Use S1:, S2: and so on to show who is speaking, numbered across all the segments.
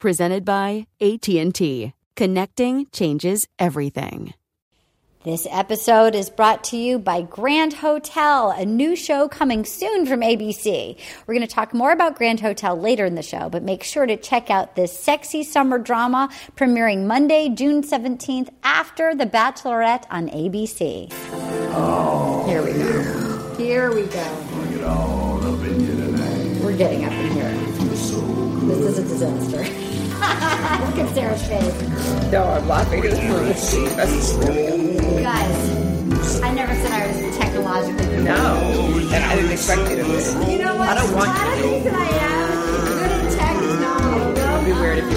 S1: Presented by AT&T. Connecting changes everything.
S2: This episode is brought to you by Grand Hotel, a new show coming soon from ABC. We're going to talk more about Grand Hotel later in the show, but make sure to check out this sexy summer drama premiering Monday, June 17th after The Bachelorette on ABC. Here we go. Here we go. We're getting up in here. This is a disaster. Look at Sarah's face.
S3: No, I'm laughing at the That's
S2: You guys, I never said I was technologically
S3: no. And I didn't expect you to win.
S2: You know what?
S3: I don't want
S2: I
S3: you
S2: don't think that I am. Good at tech, no.
S3: It'd be
S2: no.
S3: weird if you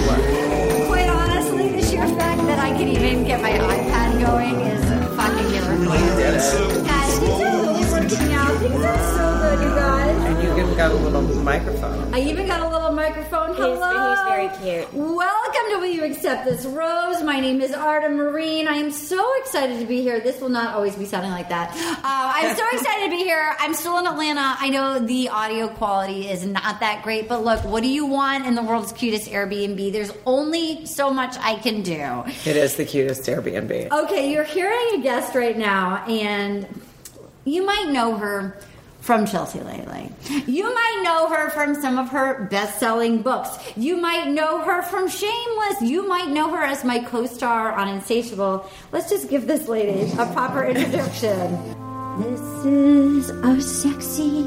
S3: were.
S2: Quite honestly, the sheer fact that I can even get my iPad going is a fucking miracle. You
S3: did it.
S2: Guys, these are really working out. Things are so good, you guys.
S3: And you even got a little microphone.
S2: I even got a little microphone. Hello.
S4: He's, he's very cute.
S2: Welcome to Will You Accept This Rose. My name is Arda Marine. I am so excited to be here. This will not always be sounding like that. Uh, I'm so excited to be here. I'm still in Atlanta. I know the audio quality is not that great, but look, what do you want in the world's cutest Airbnb? There's only so much I can do.
S3: It is the cutest Airbnb.
S2: Okay, you're hearing a guest right now, and you might know her from Chelsea Lately. You might know her from some of her best selling books. You might know her from Shameless. You might know her as my co star on Insatiable. Let's just give this lady a proper introduction. This is a sexy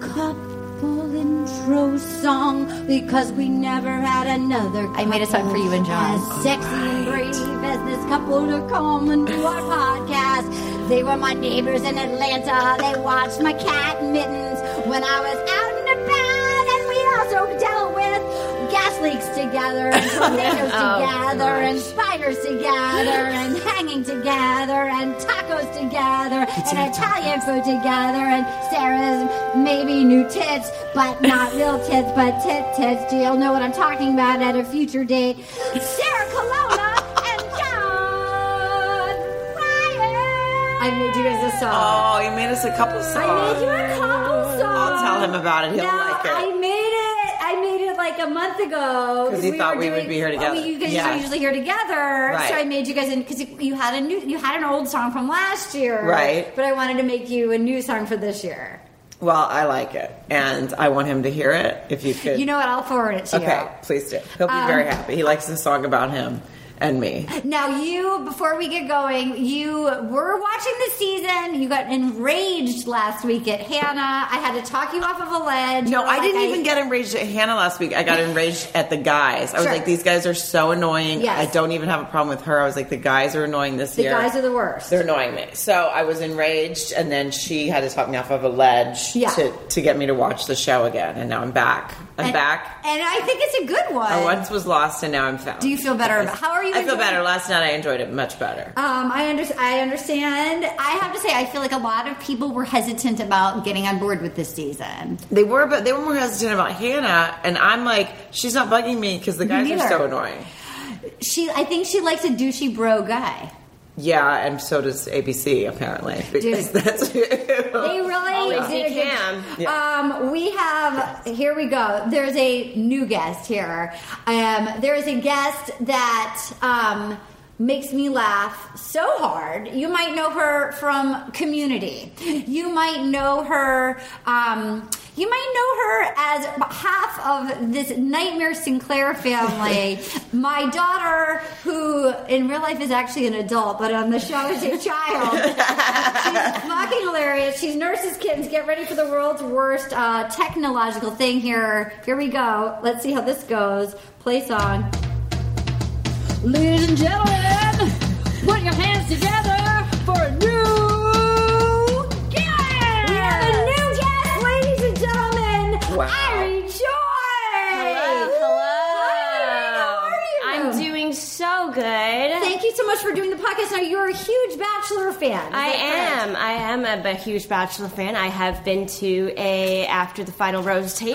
S2: couple intro song because we never had another. I made a song for you and John. As sexy and brave as this couple to come and do our podcast. They were my neighbors in Atlanta. They watched my cat mittens when I was out and about, and we also dealt with gas leaks together, and tornadoes together, and spiders together, and hanging together, and tacos together, and Italian food together, and Sarah's maybe new tits, but not real tits, but tit tits. Do you know what I'm talking about at a future date? Sarah Colonna and John Ryan. I made you guys a song.
S3: Oh, you made us a couple songs.
S2: I made you a couple songs.
S3: I'll tell him about it. He'll
S2: no,
S3: like it.
S2: I made it. I made it like a month ago
S3: 'Cause he thought
S2: were
S3: we would be here together.
S2: Well, you guys
S3: Yeah.
S2: are usually here together,
S3: Right.
S2: so I made you guys because you had a new, you had an old song from last year,
S3: Right.
S2: But I wanted to make you a new song for this year.
S3: Well, I like it, and I want him to hear it. If you could,
S2: You know what? Um, I'll forward it to
S3: Okay, please do. He'll be very happy. He likes the song about him and me.
S2: you. Now, you before we get going, you were watching the season. You got enraged last week at Hannah. I had to talk you off of a ledge. You
S3: No,
S2: were
S3: I
S2: like,
S3: didn't even get enraged at Hannah last week. I got enraged at the guys. I was
S2: Sure.
S3: like, these guys are so annoying.
S2: Yes.
S3: I don't even have a problem with her. I was like, the guys are annoying this
S2: The
S3: year.
S2: guys are the worst.
S3: They're annoying me. So I was enraged, and then she had to talk me off of a ledge
S2: Yeah.
S3: to, to get me to watch the show again, and now I'm back. I'm
S2: and,
S3: back.
S2: And I think it's a good one.
S3: I once was lost and now I'm found.
S2: Do you feel better? About, how are you?
S3: I feel
S2: enjoying-
S3: better. Last night I enjoyed it much better.
S2: Um, I, under, I understand. I have to say, I feel like a lot of people were hesitant about getting on board with this season.
S3: They were, but they were more hesitant about Hannah, and I'm like, she's not bugging me because the guys
S2: neither.
S3: are so annoying.
S2: She, I think she likes a douchey bro guy.
S3: Yeah, and so does ABC apparently because
S2: Dude.
S3: that's
S2: They really
S5: Always
S2: did a
S5: he
S2: good
S5: can.
S2: Um, we have here we go. There's a new guest here. Um, there is a guest that um, makes me laugh so hard. You might know her from Community. You might know her. Um, you might know her as half of this nightmare Sinclair family. My daughter, who in real life is actually an adult, but on the show is a child. She's fucking hilarious. She's nurses kittens. Get ready for the world's worst uh, technological thing here. Here we go. Let's see how this goes. Play song.
S6: Ladies and gentlemen, put your hands together for a new guest!
S2: We have a new guest, ladies and gentlemen.
S3: Wow.
S2: Irene Joy.
S5: Hello.
S2: Hi, how are you?
S5: I'm doing so good. I
S2: Thank you so much for doing the podcast. Now you're a huge Bachelor fan. Is that correct?
S5: am. I am a, a huge Bachelor fan. I have been to a after the final rose taping.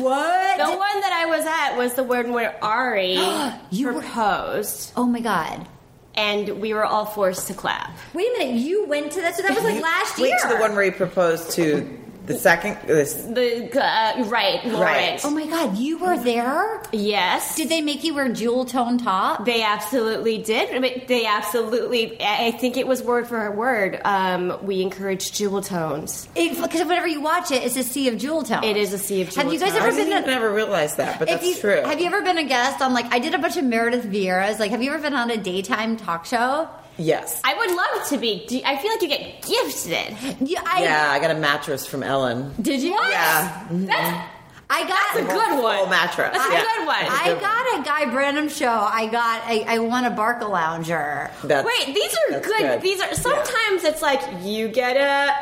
S2: what?
S5: one that I was at was the one where Ari
S2: You were-
S5: proposed,
S2: Oh my god.
S5: and we were all forced to clap.
S2: Wait a minute. You went to that. So that was like last year.
S3: Wait to the one where he proposed to the second. This,
S5: The uh, right, Lawrence.
S2: Oh my god. You were there.
S5: Yes.
S2: Did they make you wear jewel tone top?
S5: They absolutely did. I mean, They absolutely. I I think it was word for word. Um, we encourage jewel tones.
S2: It, because whenever you watch it, it's a sea of jewel tones.
S5: It is a sea of
S2: Have you
S5: jewel
S2: guys
S5: tones.
S3: I
S2: ever
S3: didn't
S2: been?
S3: even
S2: on-
S3: ever realize that, but
S2: if
S3: that's
S2: you-
S3: true.
S2: Have you ever been a guest on like I did a bunch of Meredith Vieira's? Like, have you ever been on a daytime talk show?
S3: yes.
S5: I would love to be. Do, I feel like you get gifted.
S2: You, I,
S3: yeah, I got a mattress from Ellen.
S2: Did you?
S3: Yeah.
S5: That's,
S2: I got
S5: that's a good one.
S3: Full Oh, mattress.
S5: That's
S3: yeah.
S5: a good one.
S2: I got a Guy Branum show. I got. a- I won a Barca lounger.
S3: That's-
S5: Wait, these are
S3: that's
S5: good. These are sometimes it's like you get a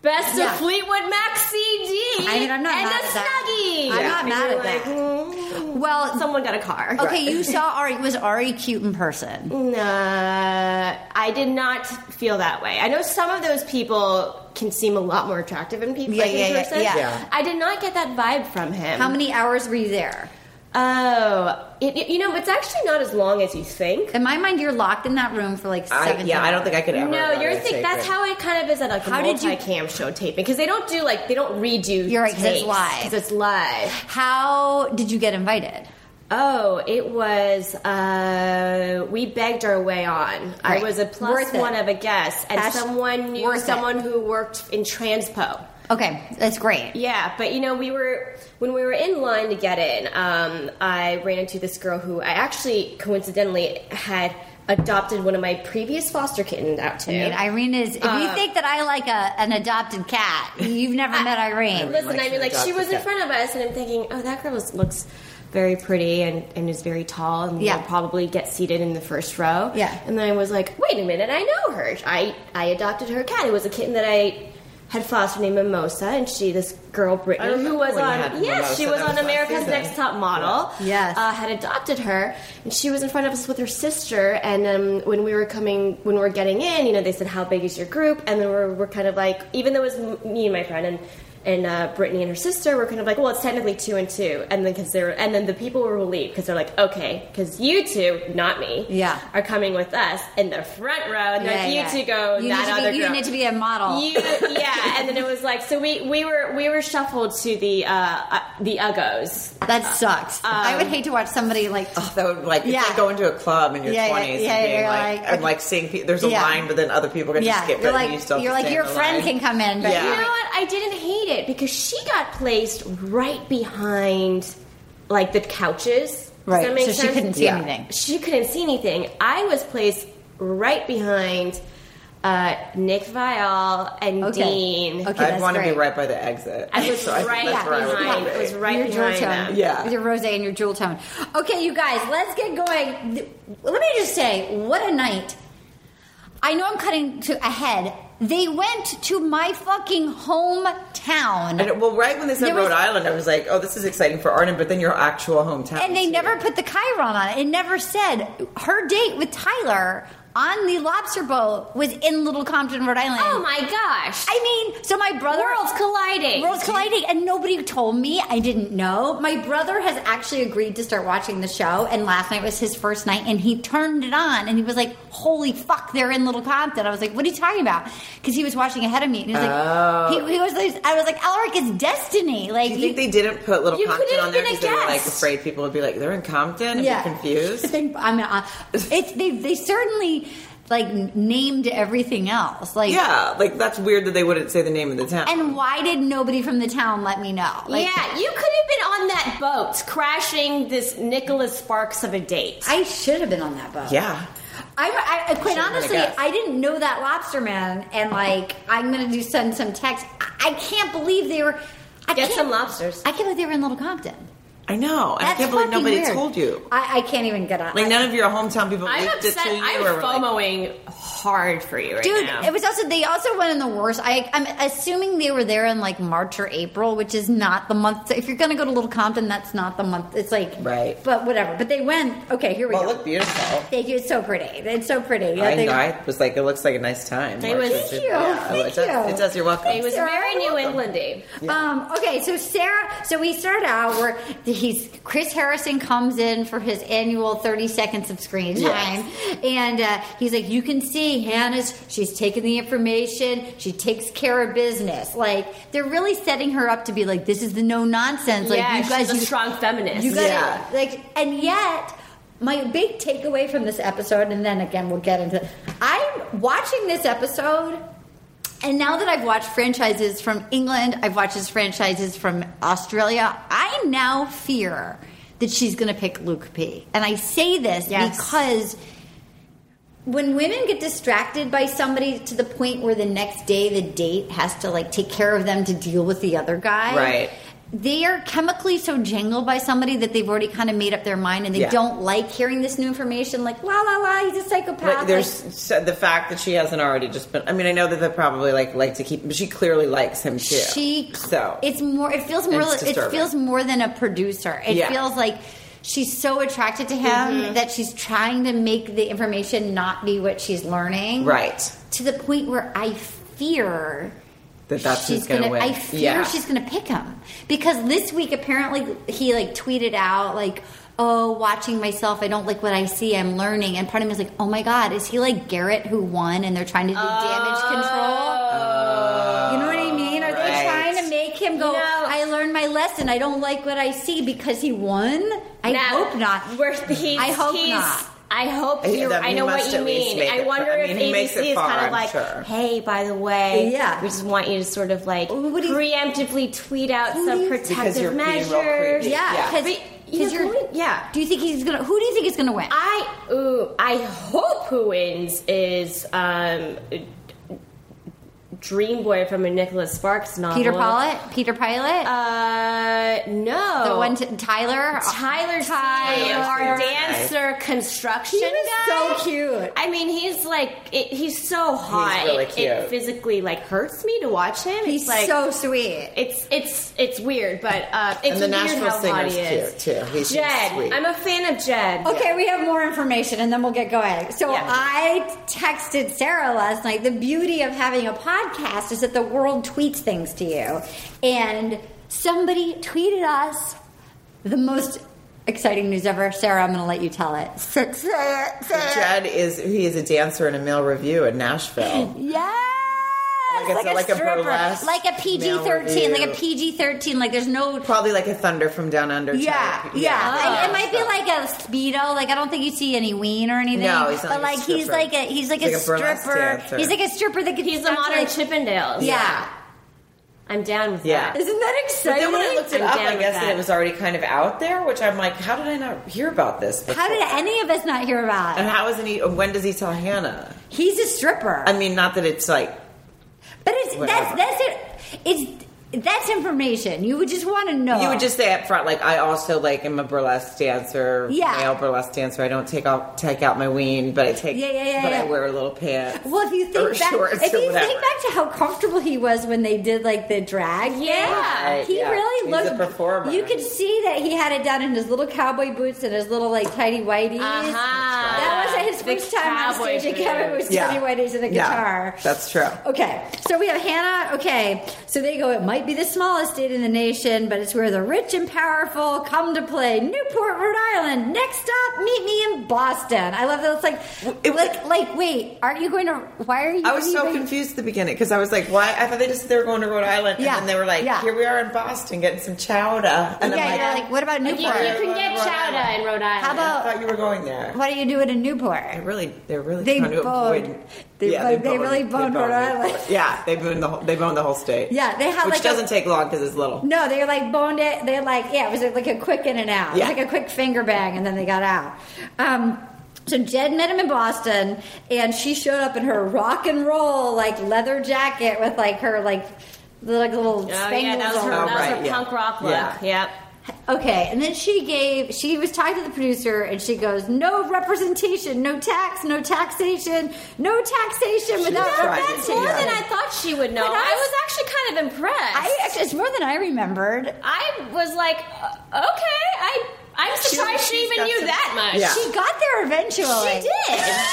S5: best
S2: Yeah.
S5: of Fleetwood Mac CD
S2: I mean, I'm not mad
S5: and a
S2: at that.
S5: snuggie.
S2: I'm not
S5: And
S2: mad
S5: you're
S2: at that.
S5: mm,
S2: Well,
S5: someone got a car.
S2: okay, you saw Ari. Was Ari cute in person?
S5: Nah, uh, I did not feel that way. I know some of those people can seem a lot more attractive in people.
S2: Yeah,
S5: like, in
S2: yeah, yeah,
S5: person.
S2: yeah.
S3: Yeah.
S5: I did not get that vibe from him.
S2: How many hours were you there?
S5: Oh, it, it- you know, it's actually not as long as you think.
S2: In my mind, you're locked in that room for like
S3: I,
S2: seven.
S3: yeah, I don't think I could ever.
S5: No,
S3: have
S5: you're
S3: gotten a
S5: think that's
S3: tape.
S5: how it kind of is at like a
S2: How did you-
S5: multi-cam show taping because they don't do like they don't redo.
S2: You're right, 'cause it's
S5: takes,
S2: live.
S5: 'cause it's live.
S2: How did you get invited?
S5: Oh, it was. uh We begged our way on.
S2: Right.
S5: I was a plus
S2: Worth it.
S5: one of a guest, and
S2: That's
S5: someone knew
S2: worth it.
S5: someone who worked in transpo.
S2: Okay, that's great.
S5: Yeah, but you know, we were when we were in line to get in. Um, I ran into this girl who I actually coincidentally had adopted one of my previous foster kittens out to.
S2: I mean, Irene is. If
S5: Uh,
S2: you think that I like a, an adopted cat, you've never met Irene.
S5: Listen, I mean, like she
S3: adopted
S5: was in
S3: cat.
S5: front of us, and I'm thinking, oh, that girl is, looks very pretty and, and is very tall, and
S2: Yeah.
S5: will probably get seated in the first row.
S2: Yeah.
S5: And then I was like, wait a minute, I know her. I I adopted her cat. It was a kitten that I had fostered named Mimosa, and she this girl
S3: I
S5: Brittany
S3: remember
S5: who was
S3: when you
S5: on
S3: had
S5: yes, she
S3: Mimosa.
S5: was
S3: That was
S5: on
S3: last
S5: America's
S3: season.
S5: Next Top Model.
S2: Yes.
S5: Uh, had adopted her, and she was in front of us with her sister. And um, when we were coming, when we were getting in, you know, they said, "How big is your group?" And then we're, we're kind of like, even though it was m- me and my friend and and uh, Brittany and her sister, we're kind of like, "Well, it's technically two and two. And then because they're and then the people were relieved because they're like, "Okay, because you two, not me,
S2: Yeah.
S5: are coming with us in the front row, and
S2: Yeah,
S5: like, you
S2: yeah.
S5: two go
S2: You
S5: that
S2: need to be-
S5: other
S2: you
S5: girl.
S2: need to be a model.
S5: You- yeah." and then it was like, so we we were we were shuffled to the uh, uh, the Uggos.
S2: That sucks.
S5: Uh, um,
S2: I would hate to watch somebody like.
S3: Oh, that would like
S2: Yeah.
S3: it's like going to a club in your
S2: Yeah, yeah,
S3: twenties
S2: yeah,
S3: and being
S2: you're
S3: like,
S2: like,
S3: and
S2: okay.
S3: like seeing people. There's a
S2: Yeah.
S3: line, but then other people are going to
S2: yeah,
S3: skip
S2: you're
S3: it. and you
S2: like
S3: still have to
S2: you're like
S3: stay in
S2: your
S3: the
S2: friend
S3: line.
S2: can come in, but
S3: Yeah.
S5: You know what? I didn't hate it because she got placed right behind like the couches. Does
S2: Right,
S5: that make
S2: so she
S5: sense?
S2: couldn't see Yeah. anything.
S5: She couldn't see anything. I was placed right behind uh, Nick Vial and
S2: Okay.
S5: Dean.
S2: Okay.
S3: I'd
S2: that's
S3: want to be
S2: great.
S3: right by the exit.
S5: I was
S3: So think
S5: right
S3: that's where I would be.
S5: behind. It was right
S2: your jewel
S5: behind
S2: tone,
S5: them.
S3: Yeah.
S2: with your rose and your jewel tone. Okay, you guys, let's get going. Th- Let me just say, what a night! I know I'm cutting to ahead They went to my fucking hometown.
S3: And, well, right when they said
S2: There
S3: Rhode
S2: was-
S3: Island, I was like, oh, this is exciting for Arden, but then your actual hometown.
S2: And they
S3: too.
S2: never put the Chiron on it. It never said her date with Tyler on the lobster boat was in Little Compton, Rhode Island.
S5: Oh my gosh.
S2: I mean, so my brother
S5: Worlds colliding.
S2: Worlds colliding, and nobody told me. I didn't know. My brother has actually agreed to start watching the show, and last night was his first night, and he turned it on, and he was like, "Holy fuck, they're in Little Compton." I was like, "What are you talking about?" Because he was watching ahead of me, and he was like, he, he was like, "I was like, Alaric is destiny." Like,
S3: Oh. Do you
S2: he-
S3: think they didn't put Little
S2: You
S3: Compton
S2: couldn't
S3: on there
S2: even
S3: because they were like
S2: guess.
S3: afraid people would be like, they're in Compton and
S2: yeah.
S3: be confused?
S2: Think- I mean, uh, it's they they certainly like n- named everything else. Like,
S3: yeah, like that's weird that they wouldn't say the name of the town.
S2: And why did nobody from the town let me know? Like,
S5: yeah, you could have been on that boat crashing this Nicholas Sparks of a date.
S2: I should have been on that boat.
S3: yeah.
S2: I, I, I quite
S3: Should've been a
S2: honestly,
S3: guest.
S2: I didn't know that lobster man, and like, I'm gonna do send some text. I, I can't believe they were. I
S5: Get
S2: can't-
S5: some lobsters.
S2: I can't believe they were in Little Compton.
S3: I know. And I
S2: That's
S3: can't believe
S2: fucking
S3: nobody
S2: weird.
S3: told you.
S2: I, I can't even get on.
S3: Like none of your hometown people
S5: I'm
S3: leaked
S5: upset.
S3: it to you.
S5: I'm
S3: or were like-
S5: FOMOing hard for you right
S2: Dude,
S5: now.
S2: it was also they also went in the worst. I, I'm assuming they were there in like March or April, which is not the month. If you're gonna go to Little Compton, that's not the month. It's like
S3: Right.
S2: but whatever. But they went. Okay, here we
S3: well, it
S2: go.
S3: looked beautiful.
S2: Thank you. It's so pretty. It's so pretty. Yeah,
S3: I,
S2: they-
S3: know, I was like, it looks like a nice time.
S5: It was-
S3: March,
S5: Thank
S2: you,
S3: yeah,
S2: thank
S3: it, does,
S2: you.
S3: it does. You're welcome.
S5: It was
S2: Sarah,
S5: very
S2: you're
S5: New
S2: welcome.
S5: Englandy.
S2: Um, okay, so Sarah. So we start out where he's Chris Harrison comes in for his annual thirty seconds of screen time, and uh, he's like, "You can see Hannah's. She's taking the information. She takes care of business. Like they're really setting her up to be like, this is the no nonsense. Like
S5: yeah,
S2: you guys,
S5: she's a
S2: you-
S5: strong feminist.
S2: you gotta
S3: Yeah.
S2: like, and yet. My big takeaway from this episode, and then again we'll get into. I'm watching this episode, and now that I've watched franchises from England, I've watched his franchises from Australia. I now fear that she's going to pick Luke P. And I say this
S5: Yes.
S2: because when women get distracted by somebody to the point where the next day the date has to like take care of them to deal with the other guy
S3: Right.
S2: they are chemically so jangled by somebody that they've already kind of made up their mind and they
S3: Yeah.
S2: don't like hearing this new information like la la la he's a psychopath
S3: But there's
S2: Like,
S3: so the fact that she hasn't already just been. I mean, I know that they probably like like to keep. But she clearly likes him too.
S2: she
S3: so
S2: it's more it feels more
S3: It's
S2: it
S3: disturbing.
S2: feels more than a producer it
S3: Yeah.
S2: feels like she's so attracted to him that she's trying to make the information not be what she's learning
S3: right
S2: to the point where i fear
S3: that that's
S2: she's
S3: who's gonna, win.
S2: I fear
S3: yeah.
S2: she's gonna pick him because this week apparently he like tweeted out like, "Oh, watching myself, I don't like what I see. I'm learning." And part of me is like, "Oh my god, is he like Garrett who won and they're trying to do damage control?" You know what I mean? Are they
S3: Oh. right.
S2: trying to make him go? I learned my lesson. I don't like what I see because he won. I
S5: Now,
S2: hope not.
S5: We're, he's,
S2: I hope
S5: he's,
S2: not.
S5: I hope
S3: Yeah,
S5: you.
S3: that
S5: I know
S3: must
S5: what you
S3: at least
S5: mean.
S3: make
S5: I
S3: it-
S5: wonder
S3: I
S5: if
S3: mean, he makes
S5: ABC
S3: it
S5: is
S3: far,
S5: kind of
S3: I'm
S5: like,
S3: sure.
S5: hey, by the way,
S2: Yeah.
S5: we just want you to sort of like
S2: What do you-
S5: preemptively tweet out
S2: Who do
S5: some
S2: you- Because
S5: protective
S3: you're being real
S5: measures.
S3: creepy.
S2: yeah,
S3: Yeah.
S2: because
S5: But you're going- yeah.
S2: Do you think he's gonna? Who do you think is gonna win?
S5: I ooh, I hope who wins is um, Dream Boy from a Nicholas Sparks novel.
S2: Peter Pilot. Peter Pilot.
S5: Uh, no.
S2: The one, t- Tyler.
S5: Tyler Ty,
S2: Tyler.
S5: our dancer construction
S2: He was
S5: guy.
S2: so cute.
S5: I mean, he's like it, he's so hot.
S3: really
S5: It- It,
S3: cute.
S5: physically like hurts me to watch him.
S2: He's
S5: it's like,
S2: so sweet.
S5: It's it's it's weird, but uh, it's
S3: And the
S5: weird
S3: Nashville
S5: how hot
S3: singer's
S5: he is.
S3: cute, too. He seems
S5: Jed,
S3: sweet.
S5: I'm a fan of Jed.
S2: Okay, we have more information and then we'll get going. So
S5: Yeah.
S2: I texted Sarah last night. The beauty of having a podcast is that the world tweets things to you. And somebody tweeted us the most exciting news ever. Sarah, I'm going to let you tell it. Say it, say it, say it.
S3: Jed is he is a dancer in a male review in Nashville.
S2: Yes!
S3: Like it's a- like a
S2: stripper.
S3: burlesque
S2: Like a PG
S3: male
S2: 13. Like a
S3: review.
S2: PG 13. Like there's no
S3: Probably like a thunder from down under. type.
S2: Yeah, yeah. I- it might be like a speedo. Like I don't think you see any ween or anything.
S3: No, he's not
S2: but
S3: like a
S2: like he's
S3: stripper.
S2: like a he's like
S3: He's
S2: a,
S3: like a burlesque
S2: stripper.
S3: dancer.
S2: He's like a stripper that gets
S5: He's the
S2: stuck to,
S5: modern
S2: like-
S5: Chippendales.
S2: Yeah.
S5: I'm down with
S3: Yeah.
S5: that.
S2: Isn't that
S3: But
S2: exciting?
S3: then when I looked it
S5: I'm
S3: up,
S5: down
S3: I
S5: with
S3: guess that
S5: that.
S3: it was already kind of out there, which I'm like, how did I not hear about this? Before?
S2: How did any of us not hear about
S3: and
S2: it?
S3: how isn't he? When does he tell Hannah?
S2: He's a stripper.
S3: I mean, not that it's like
S2: but it's that's
S3: whatever.
S2: that's it. It's That's information. You would just want to know.
S3: You would just say up front, like I also like am a burlesque dancer,
S2: Yeah.
S3: male burlesque dancer. I don't take off take out my ween, but I take
S2: Yeah, yeah, yeah,
S3: but
S2: yeah.
S3: I wear a little pants.
S2: Well, if you
S3: or
S2: think back,
S3: shorts
S2: if
S3: or
S2: you
S3: whatever.
S2: think back to how comfortable he was when they did like the drag, thing,
S3: Right,
S2: he
S3: yeah.
S2: really
S3: He's
S2: looked.
S3: a performer.
S2: You could see that he had it down in his little cowboy boots and his little like tidy whities.
S5: Uh-huh.
S2: That wasn't his
S5: The
S2: first time on
S5: cowboy
S2: stage at Kevin was
S3: Yeah.
S2: tidy whities and a
S3: Yeah,
S2: guitar. Oh,
S3: that's true.
S2: Okay, so we have Hannah. Okay, so they go. It might be the smallest state in the nation, but it's where the rich and powerful come to play. Newport, Rhode Island. Next stop, meet me in Boston. I love that. It's like,
S3: It-
S2: like, like, wait, aren't you going to? Why are you?
S3: I was
S2: gonna
S3: so
S2: be-
S3: confused at the beginning because I was like, "Why?" I thought they just they were going to Rhode Island,
S2: Yeah,
S3: and then they were like,
S2: yeah.
S3: "Here we are in Boston getting some chowder." And
S2: Yeah,
S3: I'm like,
S2: you're like, what about
S5: You, you
S2: Newport?
S5: can get chowder in Rhode Island.
S2: How
S3: I
S2: about
S3: thought you were going there.
S2: why do you do it in Newport?
S3: They really, they're really
S2: They
S3: trying to
S2: boned.
S3: avoid.
S2: They boned- they
S3: boned-
S2: really boned Rhode Island.
S3: Newport. Yeah, they boned the whole, they boned the whole state.
S2: Yeah, they had
S3: which
S2: like a-
S3: doesn't take long because it's little.
S2: No, they like boned it. They like yeah, it was like a quick in and out.
S3: Yeah.
S2: It was like a quick finger bang, and then they got out. Um, so Jed met him in Boston, and she showed up in her rock and roll like leather jacket with like her like the, like little
S5: Oh, yeah,
S2: spangles
S5: that was
S2: on
S5: her,
S2: her.
S5: that was her
S3: Alright, yeah.
S5: punk rock look.
S3: Yeah.
S5: Yep.
S2: Okay, and then she gave, she was talking to the producer and she goes, No representation, no tax, no taxation, no taxation without
S3: was right.
S5: That's
S2: representation.
S5: more than I thought she would know.
S2: But I-
S5: I was actually kind of impressed.
S2: I actually, it's more than I remembered.
S5: I was like, uh, okay, I I'm surprised she,
S3: she's
S5: even
S3: got
S5: knew
S3: some-
S5: that much.
S3: Yeah.
S2: She got there eventually.
S5: She did.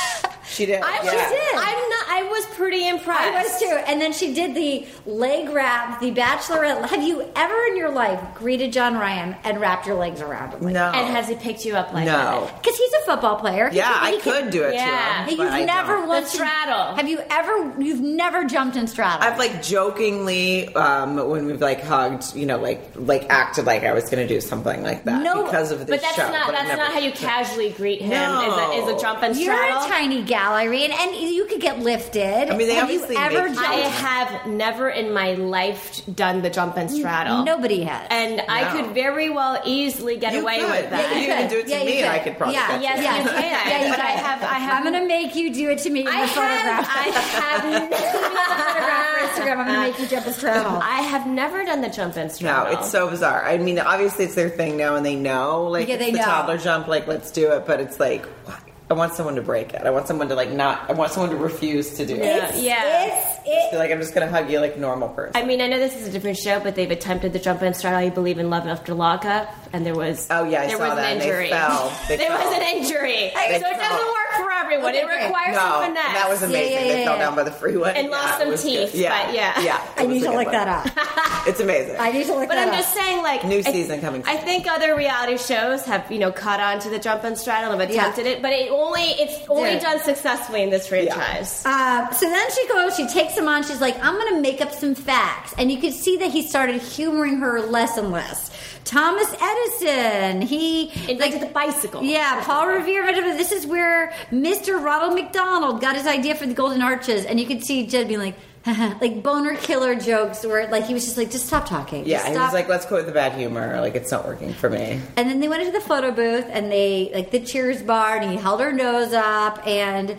S3: She did.
S5: I was
S3: yeah.
S2: did.
S5: I'm not. I was pretty impressed.
S2: I was too. And then she did the leg wrap, the bachelorette. Have you ever in your life greeted John Ryan and wrapped your legs around him?
S3: No,
S5: And has he picked you up like
S3: no.
S5: that?
S2: Because he's a football player. He
S3: Yeah,
S2: can-
S3: I
S2: he can-
S3: could do it
S5: Yeah.
S3: to him.
S2: You've
S3: but I
S2: never
S3: don't.
S2: once
S5: The straddle.
S2: Have you ever? You've never jumped in straddle.
S3: I've like jokingly um, when we've like hugged, you know, like like acted like I was going to do something like that
S2: No,
S3: because of this
S5: But that's
S3: show.
S5: not.
S3: but
S5: That's
S3: I've
S5: not
S3: never-
S5: how you casually greet him.
S3: No.
S5: Is a, is a jump and
S2: You're in a
S5: straddle.
S2: tiny gallery, and, and you could get lifted.
S3: I mean, they
S2: have you
S3: obviously
S2: ever
S3: make-
S2: jumped?
S5: I have never in my life done the jump and straddle.
S2: Nobody has.
S5: And I could very well easily get
S3: You
S5: away
S3: could.
S5: with
S3: Yeah,
S5: that.
S3: you could do it to
S2: Yeah, you
S3: me, and I
S2: could.
S3: could probably.
S2: Yeah.
S3: catch
S5: Yes,
S3: it.
S2: Yeah.
S5: you can.
S2: Yeah, you
S5: but I
S2: can.
S5: have. I have.
S2: I'm gonna make you do it to me in
S5: I
S2: the
S5: have.
S2: photograph.
S5: I
S2: photograph
S5: have
S2: for Instagram. I'm gonna make you jump a straddle.
S5: I have never done the jump Uh, and
S3: No,
S5: straddle.
S3: it's so bizarre. I mean, obviously it's their thing now, and they know, like
S2: Yeah, they
S3: it's the
S2: know.
S3: toddler jump, like let's do it. But it's like, why? I want someone to break it. I want someone to like not. I want someone to refuse to do it.
S5: It's- yeah.
S2: It's
S3: I feel
S2: it.
S3: like I'm just gonna hug you like a normal person.
S5: I mean, I know this is a different show, but they've attempted the jump and straddle. You believe in love after lockup, and there was
S3: Oh, yeah, I
S5: there
S3: saw
S5: was
S3: that,
S5: an
S3: and they
S5: injury.
S3: fell. They
S5: there
S3: fell.
S5: was an injury,
S3: They
S5: so it
S3: fell.
S5: doesn't work for everyone. It
S2: Okay.
S5: requires
S3: no,
S5: some finesse.
S3: Oh, that was amazing.
S2: yeah,
S3: they
S2: yeah,
S3: fell
S2: yeah.
S3: down by the freeway
S5: And lost
S3: it
S5: some
S3: was good.
S5: teeth,
S3: Yeah,
S5: but yeah.
S3: yeah. it
S2: I
S3: was
S2: need
S3: a
S2: to
S3: good
S2: look
S3: one.
S2: that up.
S3: It's amazing.
S2: I need to look
S5: But
S2: that
S5: I'm
S2: up.
S5: just saying, like
S3: New
S5: I-
S3: season coming
S5: I think other reality shows have you know caught on to the jump and straddle and have
S2: Yeah.
S5: attempted it, but it only it's only
S2: Yeah.
S5: done successfully in this franchise.
S2: Uh, so then she goes, she takes him on, she's like, I'm gonna make up some facts. And you could see that he started humoring her less and less. Thomas Edison, he
S5: Invented the bicycle.
S2: Yeah, Paul Revere. blah, blah, blah. This is where Mr. Ronald McDonald got his idea for the Golden Arches, and you could see Jed being like, like boner killer jokes, where like he was just like, just stop talking.
S3: Yeah,
S2: just
S3: he
S2: stop.
S3: was like, let's quit the bad humor. Like it's not working for me.
S2: And then they went into the photo booth and they like the cheers bar and he held her nose up and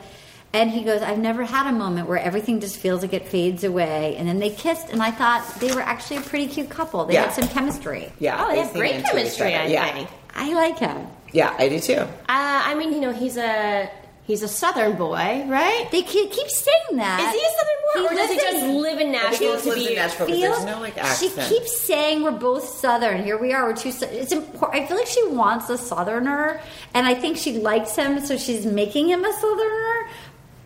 S2: and he goes, I've never had a moment where everything just feels like it fades away. And then they kissed and I thought they were actually a pretty cute couple. They
S3: Yeah.
S2: had some chemistry.
S3: Yeah,
S5: oh, they have
S3: seem
S5: great
S3: into each
S5: chemistry.
S3: other.
S5: I
S3: yeah.
S5: think.
S2: I like him.
S3: Yeah, I do too.
S5: Uh, I mean, you know, he's a he's a Southern boy, right?
S2: They keep, keep saying that.
S5: Is he a Southern boy, or does he
S2: lives
S5: just
S2: in
S5: live in
S3: I think
S5: Nashville
S3: it
S5: to
S3: lives in
S5: be?
S3: Nashville, but
S2: Feels,
S3: there's no like
S2: she
S3: accent.
S2: keeps saying we're both Southern. Here we are. We're two. Sou- It's important. I feel like she wants a Southerner, and I think she likes him, so she's making him a Southerner.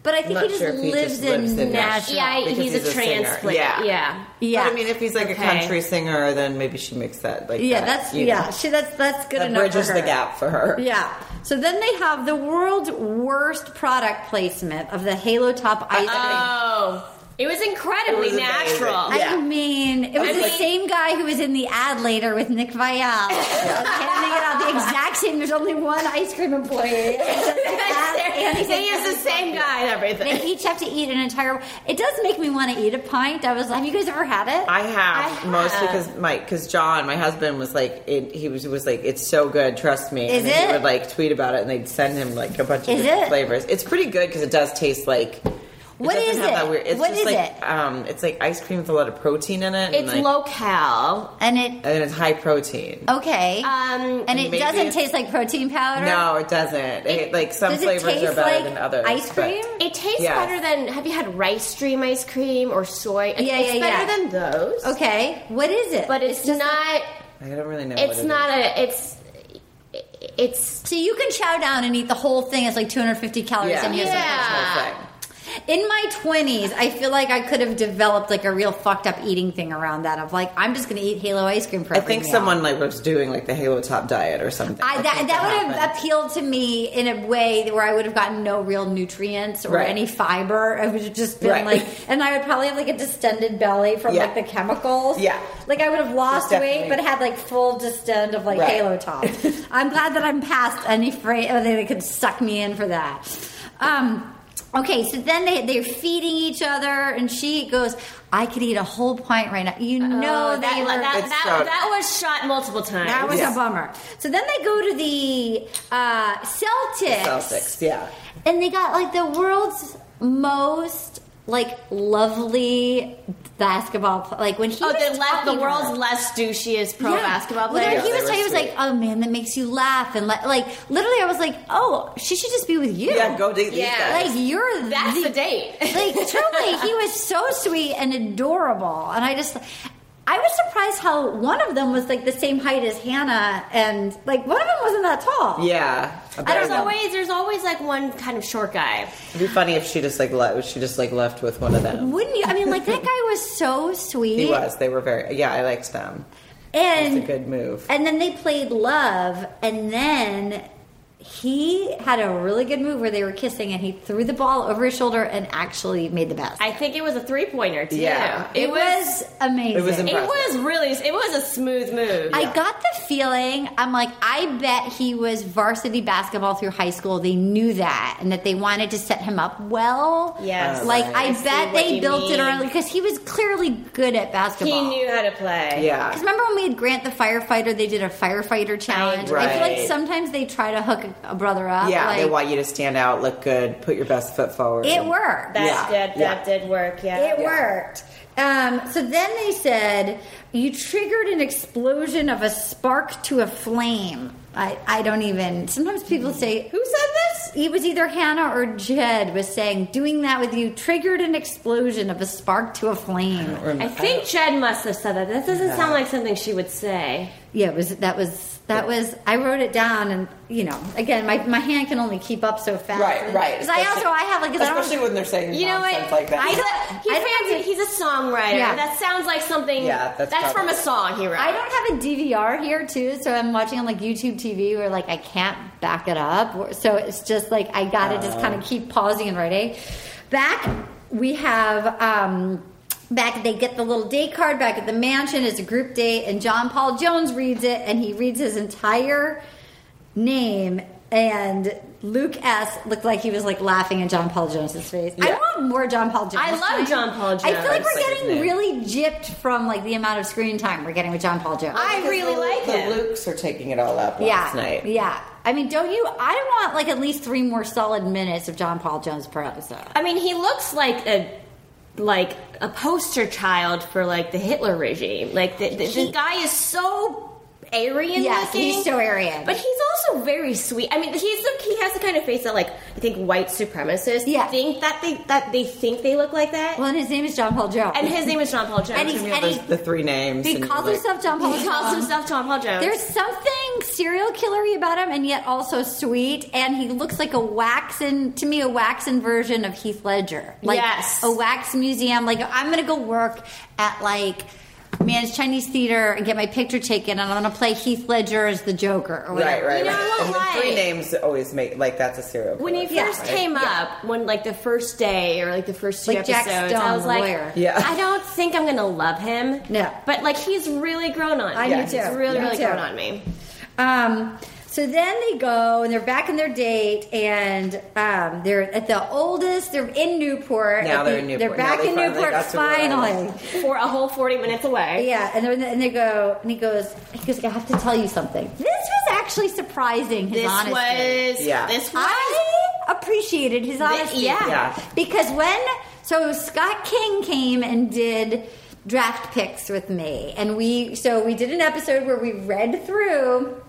S2: But I think
S3: not
S2: he just,
S3: sure if he
S2: lives,
S3: just lives
S2: in,
S3: in
S2: Nashville.
S3: Nashville.
S5: Yeah,
S3: Because
S5: he's,
S3: he's
S5: a,
S3: a singer.
S5: transplant.
S3: Yeah.
S5: yeah.
S2: Yeah.
S3: But I mean, if he's like
S5: Okay.
S3: a country singer, then maybe she makes that like.
S2: Yeah,
S3: that,
S2: that's
S3: you
S2: yeah.
S3: know,
S2: She that's that's good
S3: that
S2: enough.
S3: bridges
S2: for
S3: the
S2: her.
S3: gap for her.
S2: Yeah. So then they have the world's worst product placement of the Halo Top ice cream.
S3: Uh-uh.
S5: Oh, it was incredibly
S3: It was amazing.
S5: natural.
S3: Oh, Yeah.
S2: I mean, it was
S5: I
S2: the
S5: mean-
S2: same guy who was in the ad later with Nick Vial. handing it out the exact same. There's only one ice cream employee. And he's
S5: he is the same guy and
S2: They
S5: everything.
S2: each have to eat an entire. It does make me want to eat a pint. I was like, have you guys ever had it?
S3: I have,
S5: have.
S3: mostly because my because John, my husband, was like it, he was was like it's so good, trust me.
S2: Is
S3: and then
S2: it?
S3: He would like tweet about it, and they'd send him like a bunch of
S2: Is
S3: different
S2: it?
S3: flavors. It's pretty good because it does taste like
S2: What
S3: doesn't
S2: is
S3: have
S2: it?
S3: That weird. It's
S2: What
S3: just
S2: is
S3: like
S2: it?
S3: um, it's like ice cream with a lot of protein in it. and
S5: It's
S3: like,
S5: locale.
S2: And it
S3: and it's high protein.
S2: okay.
S5: Um,
S2: and it
S3: Uh, maybe
S2: doesn't
S3: it's-
S2: taste like protein powder.
S3: No, it doesn't. It, like some
S2: Does it
S3: flavors
S2: taste
S3: are better
S2: like
S3: than others.
S2: ice
S3: but-
S2: cream?
S4: It tastes
S3: Yes.
S4: better than. Have you had rice stream ice cream or soy?
S2: Yeah,
S4: it's better
S2: yeah, yeah.
S4: than those.
S2: Okay. What is it?
S4: but it's, not.
S3: I don't really know. what
S4: It's
S3: it
S4: not
S3: is.
S4: a. It's. It's.
S2: so you can chow down and eat the whole thing. It's like 250 calories
S3: Yeah.
S2: and you have some
S4: Yeah.
S3: That's my thing.
S2: In my 20s, I feel like I could have developed like a real fucked up eating thing around that of like, I'm just going to eat Halo ice cream for
S3: I
S2: every
S3: think
S2: meal.
S3: someone like was doing like the Halo Top diet or something.
S2: I,
S3: think
S2: that, that would have
S3: happened.
S2: appealed to me in a way that- where I would have gotten no real nutrients or
S3: Right.
S2: any fiber. I would have just been
S3: Right.
S2: like, and I would probably have like a distended belly from
S3: Yeah.
S2: like the chemicals.
S3: Yeah.
S2: like I would have lost
S3: There's
S2: weight,
S3: definitely-
S2: but had like full distend of like
S3: Right.
S2: halo top. I'm glad that I'm past any freight or they could suck me in for that. Um, okay, so then they they're feeding each other, and she goes, "I could eat a whole pint right now." You know
S5: that,
S2: they were
S5: that,
S3: It's
S5: that,
S3: so-
S5: that was shot multiple times.
S2: that was
S3: Yeah.
S2: a bummer. So then they go to the uh, Celtics,
S3: Celtics. Yeah.
S2: and they got like the world's most like lovely basketball. Pl- like when he
S5: oh,
S2: was
S5: the, le-
S2: talking
S5: the
S2: to
S5: world's
S2: her-
S5: less douchiest pro
S2: Yeah.
S5: basketball
S2: Well, there
S5: player.
S2: he
S3: Yeah,
S2: was
S3: they
S2: talking, he
S3: were
S2: was like,
S3: sweet.
S2: "Oh man, that makes you laugh," and like, like literally, I was like, "Oh, she should just be with you."
S3: Yeah. Go date these
S5: Yeah.
S3: guys.
S2: Like you're
S5: That's
S2: the,
S5: the date.
S2: like truly, he was so sweet and adorable, and I just. I was surprised how one of them was like the same height as Hannah, and like one of them wasn't that tall.
S3: yeah.
S2: I don't
S5: there's
S2: know.
S5: always there's always like one kind of short guy.
S3: It'd be funny if she just like left. She just like left with one of them.
S2: Wouldn't you? I mean, like that guy was so sweet.
S3: He was. They were very. Yeah, I liked them. It's a
S2: and
S3: good move.
S2: and then they played love, and then he had a really good move where they were kissing, and he threw the ball over his shoulder and actually made the best.
S5: I think it was a three pointer too.
S3: Yeah.
S5: It,
S2: it
S5: was.
S2: was amazing.
S3: It was
S5: It
S3: impressive.
S5: was really. It was a smooth move.
S2: I got the feeling I'm like I bet he was varsity basketball through high school. They knew that and that they wanted to set him up well.
S5: Yes.
S2: like
S3: Right.
S2: I,
S5: I see
S2: bet
S5: what
S2: they
S5: you
S2: built it
S5: mean.
S2: early because he was clearly good at
S5: he
S2: basketball.
S5: knew how to play.
S3: yeah.
S2: Because remember when we had Grant the firefighter, they did a firefighter challenge. I feel like
S3: Right.
S2: sometimes they try to hook a brother up.
S3: Yeah. they
S2: like,
S3: want you to stand out, look good, put your best foot forward.
S2: It worked.
S5: That
S3: Yeah.
S5: did.
S3: Yeah.
S5: That did work. Yeah.
S2: It worked. Um, so then they said, you triggered an explosion of a spark to a flame. I, I don't even. Sometimes
S3: Hmm.
S2: people say, Who said this? It was either Hannah or Jed was saying, Doing that with you triggered an explosion of a spark to a flame.
S5: I think Jed must have said that. That doesn't sound like something she would say.
S2: Yeah, it was, that was, that was, I wrote it down and, you know, again, my, my hand can only keep up so fast.
S3: Right, right.
S2: 'Cause I also, I have like, 'cause I don't-
S3: especially when they're saying
S5: You know
S3: nonsense
S5: what?
S3: like that.
S5: He's a-
S2: I
S5: he's,
S2: don't have
S5: fancy-
S2: to-
S5: he's a songwriter.
S2: Yeah.
S5: That sounds like something.
S3: Yeah, that's
S5: from
S3: probably-
S5: a song he wrote.
S2: I don't have a DVR here too, so I'm watching on like YouTube TV where like I can't back it up. So it's just like I gotta just kind
S5: Oh.
S2: of keep pausing and writing. Back we have um back they get the little day card back at the mansion. It's a group date, and John Paul Jones reads it, and he reads his entire name and. Luke S. looked like he was like laughing at John Paul Jones's face. I
S3: Yeah.
S2: want more John Paul Jones.
S5: I love John Paul
S2: I feel like
S5: Jones.
S2: we're
S3: Like his
S2: getting
S3: name.
S2: really gypped from like the amount of screen time we're getting with John Paul Jones.
S5: I really like
S3: the
S5: him.
S3: Lukes are taking it all up
S2: yeah,
S3: last night.
S2: yeah. I mean, don't you? I want like at least three more solid minutes of John Paul Jones per episode.
S5: I mean, he looks like a like a poster child for like the Hitler regime. Like the, the, the guy is so Aryan
S2: Yes,
S5: looking.
S2: he's so Aryan.
S5: But he's also very sweet. I mean, he's the, he has the kind of face that like I think white supremacists
S2: Yeah.
S5: think that they that they think they look like that.
S2: Well, and his name is John Paul Jones,
S5: and his name is John Paul Jones.
S2: And he's-
S3: You know,
S2: and
S3: those- the three names.
S2: he
S3: and
S2: calls
S3: you're like,
S2: himself John Paul.
S5: he calls
S2: Jones.
S5: himself John Paul Jones.
S2: There's something serial killery about him, and yet also sweet. And he looks like a waxen to me, a waxen version of Heath Ledger. Like
S5: Yes.
S2: a wax museum. Like I'm gonna go work at like man's Chinese theater and get my picture taken, and I'm gonna play Heath Ledger as the Joker. Or
S3: Right,
S2: whatever.
S3: right,
S5: You know
S3: right.
S5: what,
S3: And the three
S5: like-
S3: names always make like that's a serial.
S5: when he
S3: killer,
S5: first
S3: right?
S5: came up, when like the first day or like the first two
S2: Like Jack
S5: episodes,
S2: Stone,
S5: I was
S2: the
S5: like,
S2: lawyer.
S3: Yeah.
S5: I don't think I'm gonna love him.
S2: No.
S5: but like he's really grown on.
S2: I
S5: me.
S2: do
S5: He's
S2: too.
S5: really,
S2: Me
S5: really
S2: too.
S5: grown on me.
S2: Um, so then they go and they're back in their date, and um, they're at the oldest. They're in Newport.
S3: Now
S2: At
S3: they're
S2: the-
S3: in Newport.
S2: They're
S3: Now
S2: back
S3: they
S2: in
S3: finally
S2: Newport
S3: got to where I
S2: finally.
S5: For a whole 40 minutes away.
S2: Yeah, and then and they go and he goes. He goes. I have to tell you something. This was actually surprising. His
S5: This
S2: honesty.
S5: was.
S3: Yeah.
S5: This was.
S2: I appreciated his honesty.
S5: yeah.
S3: Yeah.
S2: Because when So Scott King came and did draft picks with me, and we so we did an episode where we read through.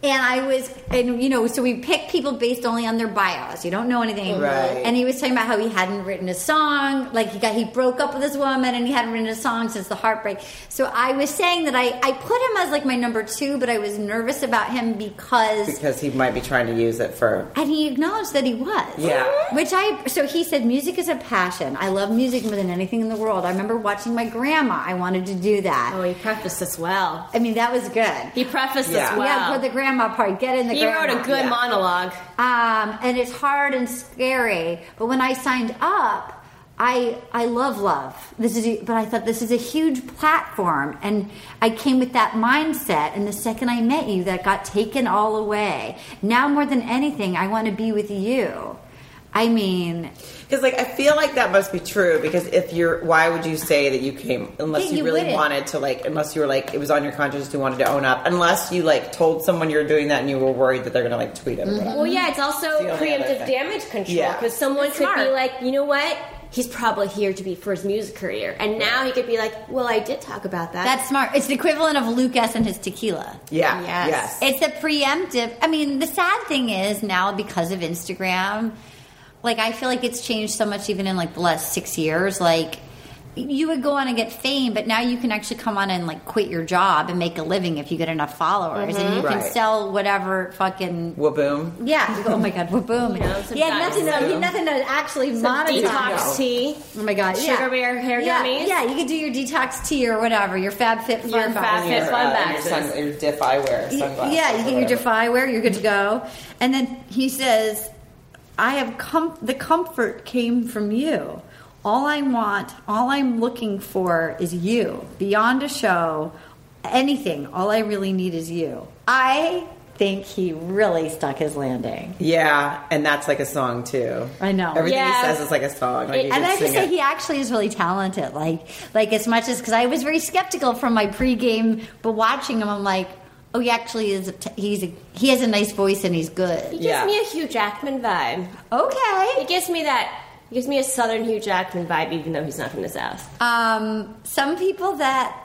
S2: And I was, and you know, so we picked people based only on their bios. You don't know anything,
S3: Right.
S2: And he was talking about how he hadn't written a song, like he got he broke up with his woman, and he hadn't written a song since the heartbreak. So I was saying that I I put him as like my number two, but I was nervous about him because
S3: because he might be trying to use it for.
S2: and he acknowledged that he was. Mm-hmm.
S3: Yeah.
S2: Which I, so he said, music is a passion. I love music more than anything in the world. I remember watching my grandma. I wanted to do that.
S5: Oh, he prefaced this well.
S2: I mean, that was good.
S5: He prefaced
S3: Yeah.
S5: this well.
S2: Yeah, for the grandma part. Get in the
S5: he
S2: grandma.
S5: wrote a good
S2: Yeah.
S5: monologue.
S2: Um, and it's hard and scary. But when I signed up, I I love love. This is, a- but I thought this is a huge platform, and I came with that mindset. And the second I met you, that got taken all away. Now more than anything, I want to be with you. I mean,
S3: Because like I feel like that must be true. Because if you're, why would you say that you came unless
S2: Yeah,
S3: you,
S2: you
S3: really
S2: wouldn't.
S3: wanted to? Like unless you were like it was on your conscience, you wanted to own up. Unless you like told someone you were doing that and you were worried that they're gonna like tweet it. or whatever.
S5: Well, yeah, it's also
S3: the only other
S5: preemptive
S3: thing.
S5: damage control
S3: Yeah.
S5: because someone could
S2: smart.
S5: be like, you know what? He's probably here to be for his music career, and now he could be like, well, I did talk about that.
S2: that's smart. It's the equivalent of Lucas and his tequila.
S3: Yeah.
S5: Yes.
S3: Yes.
S2: It's a preemptive. I mean, the sad thing is now because of Instagram, like I feel like it's changed so much even in like the last six years. Like you would go on and get fame, but now you can actually come on and like quit your job and make a living if you get enough followers, and you can
S3: Mm-hmm. Right.
S2: sell whatever fucking.
S3: Well, boom.
S2: Yeah. you go, Oh my god. Well, boom.
S5: You know, some
S2: he had nothing. To,
S5: diet
S2: he had nothing to actually monetize.
S5: detox tea.
S2: Oh my god.
S5: Sugar
S2: yeah.
S5: bear hair
S2: yeah.
S5: gummies.
S2: Yeah. You could do your detox tea or whatever. Your FabFitFun.
S5: Your
S2: body.
S5: Fab- Fit
S3: Your,
S5: fun
S3: Uh, and your,
S5: boxes.
S3: sun, your diff eyewear sunglasses.
S2: Yeah, you
S3: or
S2: get your
S3: whatever.
S2: Defy wear, you're good to go. And then he says, I have com- the comfort came from you. All I want, all I'm looking for is you. Beyond a show, anything, all I really need is you. I think he really stuck his landing.
S3: Yeah, and that's like a song too.
S2: I know.
S3: Everything
S5: Yeah.
S3: he says is like a song. Like you
S2: Oh. And
S3: can
S2: I have to
S3: sing
S2: say,
S3: it.
S2: he actually is really talented. Like, like as much as because I was very skeptical from my pregame, but watching him, I'm like, oh, he actually is. A t- he's a, he has a nice voice and he's good.
S5: He
S3: Yeah.
S5: gives me a Hugh Jackman vibe.
S2: Okay.
S5: He gives me that. He gives me a Southern Hugh Jackman vibe, even though he's not from the South.
S2: Um, some people that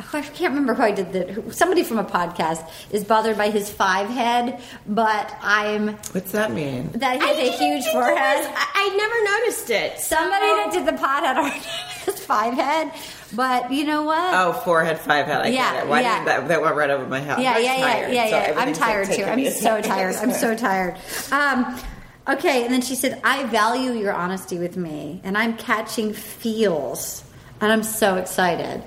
S2: oh, I can't remember who I did that. who- Somebody from a podcast is bothered by his five head, but I'm
S3: What's that mean?
S2: that he has a
S5: didn't
S2: huge
S5: think
S2: forehead.
S5: it was- I, I never noticed it.
S2: Somebody that did the pod had already his five head, but you know what?
S3: Oh, forehead, five head. I
S2: Yeah,
S3: get it. Why
S2: yeah.
S3: did that, that went right over my head?
S2: yeah,
S3: I'm
S2: yeah,
S3: tired,
S2: yeah,
S3: so
S2: yeah, yeah. I'm
S3: everything's, like,
S2: tired too.
S3: taking
S2: I'm
S3: me a
S2: so
S3: second.
S2: tired. I'm so tired. Um, okay, and then she said, "I value your honesty with me, and I'm catching feels, and I'm so excited."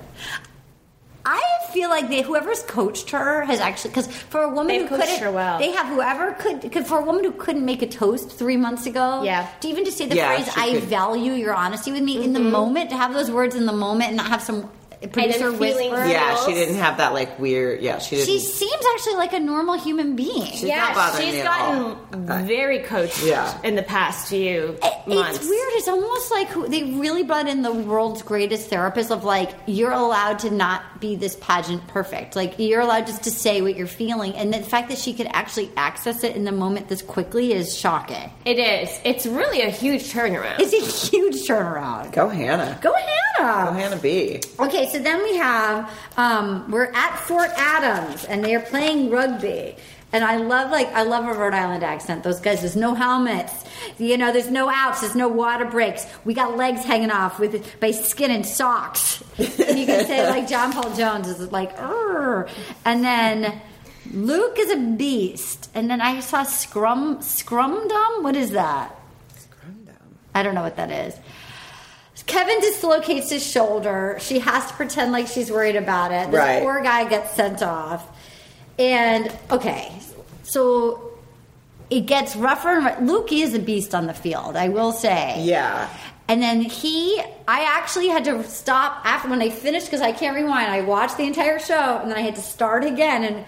S2: I feel like they, whoever's coached her has actually because for a woman
S5: They've
S2: who
S5: coached
S2: couldn't,
S5: her well.
S2: they have whoever could 'cause for a woman who couldn't make a toast three months ago.
S5: Yeah.
S2: to even just say the
S3: Yeah,
S2: phrase
S3: she
S2: "I
S3: could-
S2: value your honesty with me" in
S5: Mm-hmm.
S2: the moment to have those words in the moment and not have some producer
S5: feeling
S2: whisper.
S3: Yeah,
S5: Girls.
S3: she didn't have that like weird. Yeah, she didn't.
S2: She seems actually like a normal human being.
S3: not
S5: yeah,
S3: bothering
S5: she's
S3: me at
S5: gotten
S3: all.
S5: very coached
S3: Yeah.
S5: in the past few months.
S2: It's weird. It's almost like who- they really brought in the world's greatest therapist of like, you're allowed to not be this pageant perfect. Like, you're allowed just to say what you're feeling. And the fact that she could actually access it in the moment this quickly is shocking.
S5: It is. It's really a huge turnaround.
S2: It's a huge turnaround.
S3: Go Hannah.
S2: Go Hannah!
S3: Go Hannah B.
S2: Okay, so then we have um, we're at Fort Adams and they are playing rugby. And I love like I love a Rhode Island accent. Those guys, there's no helmets, you know, there's no outs, there's no water breaks. We got legs hanging off with by skin and socks. And you can say like John Paul Jones is like, "Arr." and then Luke is a beast. And then I saw Scrum Scrumdum. What is that? I don't know what that is. Kevin dislocates his shoulder. She has to pretend like she's worried about it. This
S3: Right.
S2: poor guy gets sent off. And okay, so it gets rougher and rougher. Luke is a beast on the field, I will say.
S3: Yeah.
S2: And then he, I actually had to stop after when I finished because I can't rewind. I watched the entire show and then I had to start again. And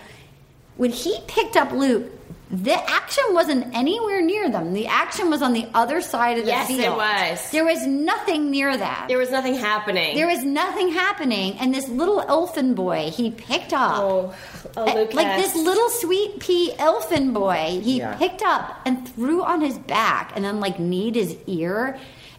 S2: when he picked up Luke, the action wasn't anywhere near them. The action was on the other side of the
S5: Yes, it
S2: field.
S5: was.
S2: There was nothing near that.
S5: there was nothing happening.
S2: There was nothing happening, and this little elfin boy he picked up.
S5: Oh, oh,
S2: Uh,
S5: Lucas.
S2: Like this little sweet pea elfin boy, he
S3: Yeah.
S2: picked up and threw on his back and then like kneed his ear.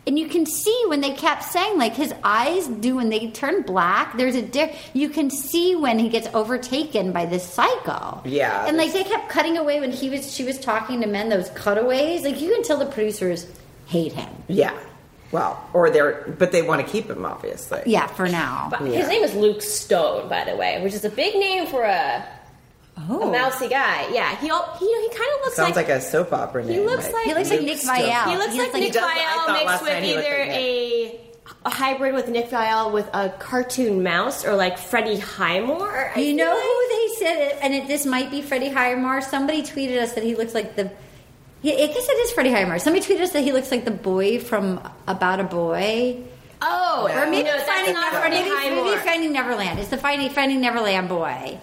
S2: and you can see when they kept saying like his eyes do when they turn black. There's a di- you can see when he gets overtaken by this psycho.
S3: Yeah,
S2: and like they kept cutting away when he was she was talking to men those cutaways. Like you can tell the producers hate him.
S3: Yeah. Well, or they're, but they want to keep him, obviously.
S2: Yeah, for now.
S5: But His name is Luke Stone, by the way, which is a big name for a, a mousy guy. Yeah, he al- he, he kind of looks
S3: Sounds like, a soap opera name.
S5: he looks like,
S2: He looks like Nick Vial.
S5: he looks
S2: He looks like-
S5: like Nick
S3: Oh, He does- I
S5: Vial
S3: thought
S5: mixed
S3: last
S5: with
S3: night he looked
S5: either
S3: like
S5: a, a hybrid with Nick Vial with a cartoon mouse or like Freddie Highmore. I
S2: You know
S5: feel like.
S2: who they said it, and it, this might be Freddie Highmore. Somebody tweeted us that he looks like the. Yeah, I guess it is Freddie Highmore. Somebody tweeted us that he looks like the boy from About a Boy.
S5: Oh,
S2: Or maybe
S5: no, that's
S2: Finding,
S5: not
S2: Never-
S5: Freddie
S2: maybe-
S5: Highmore.
S2: maybe Finding Neverland. It's the Finding, Finding Neverland boy.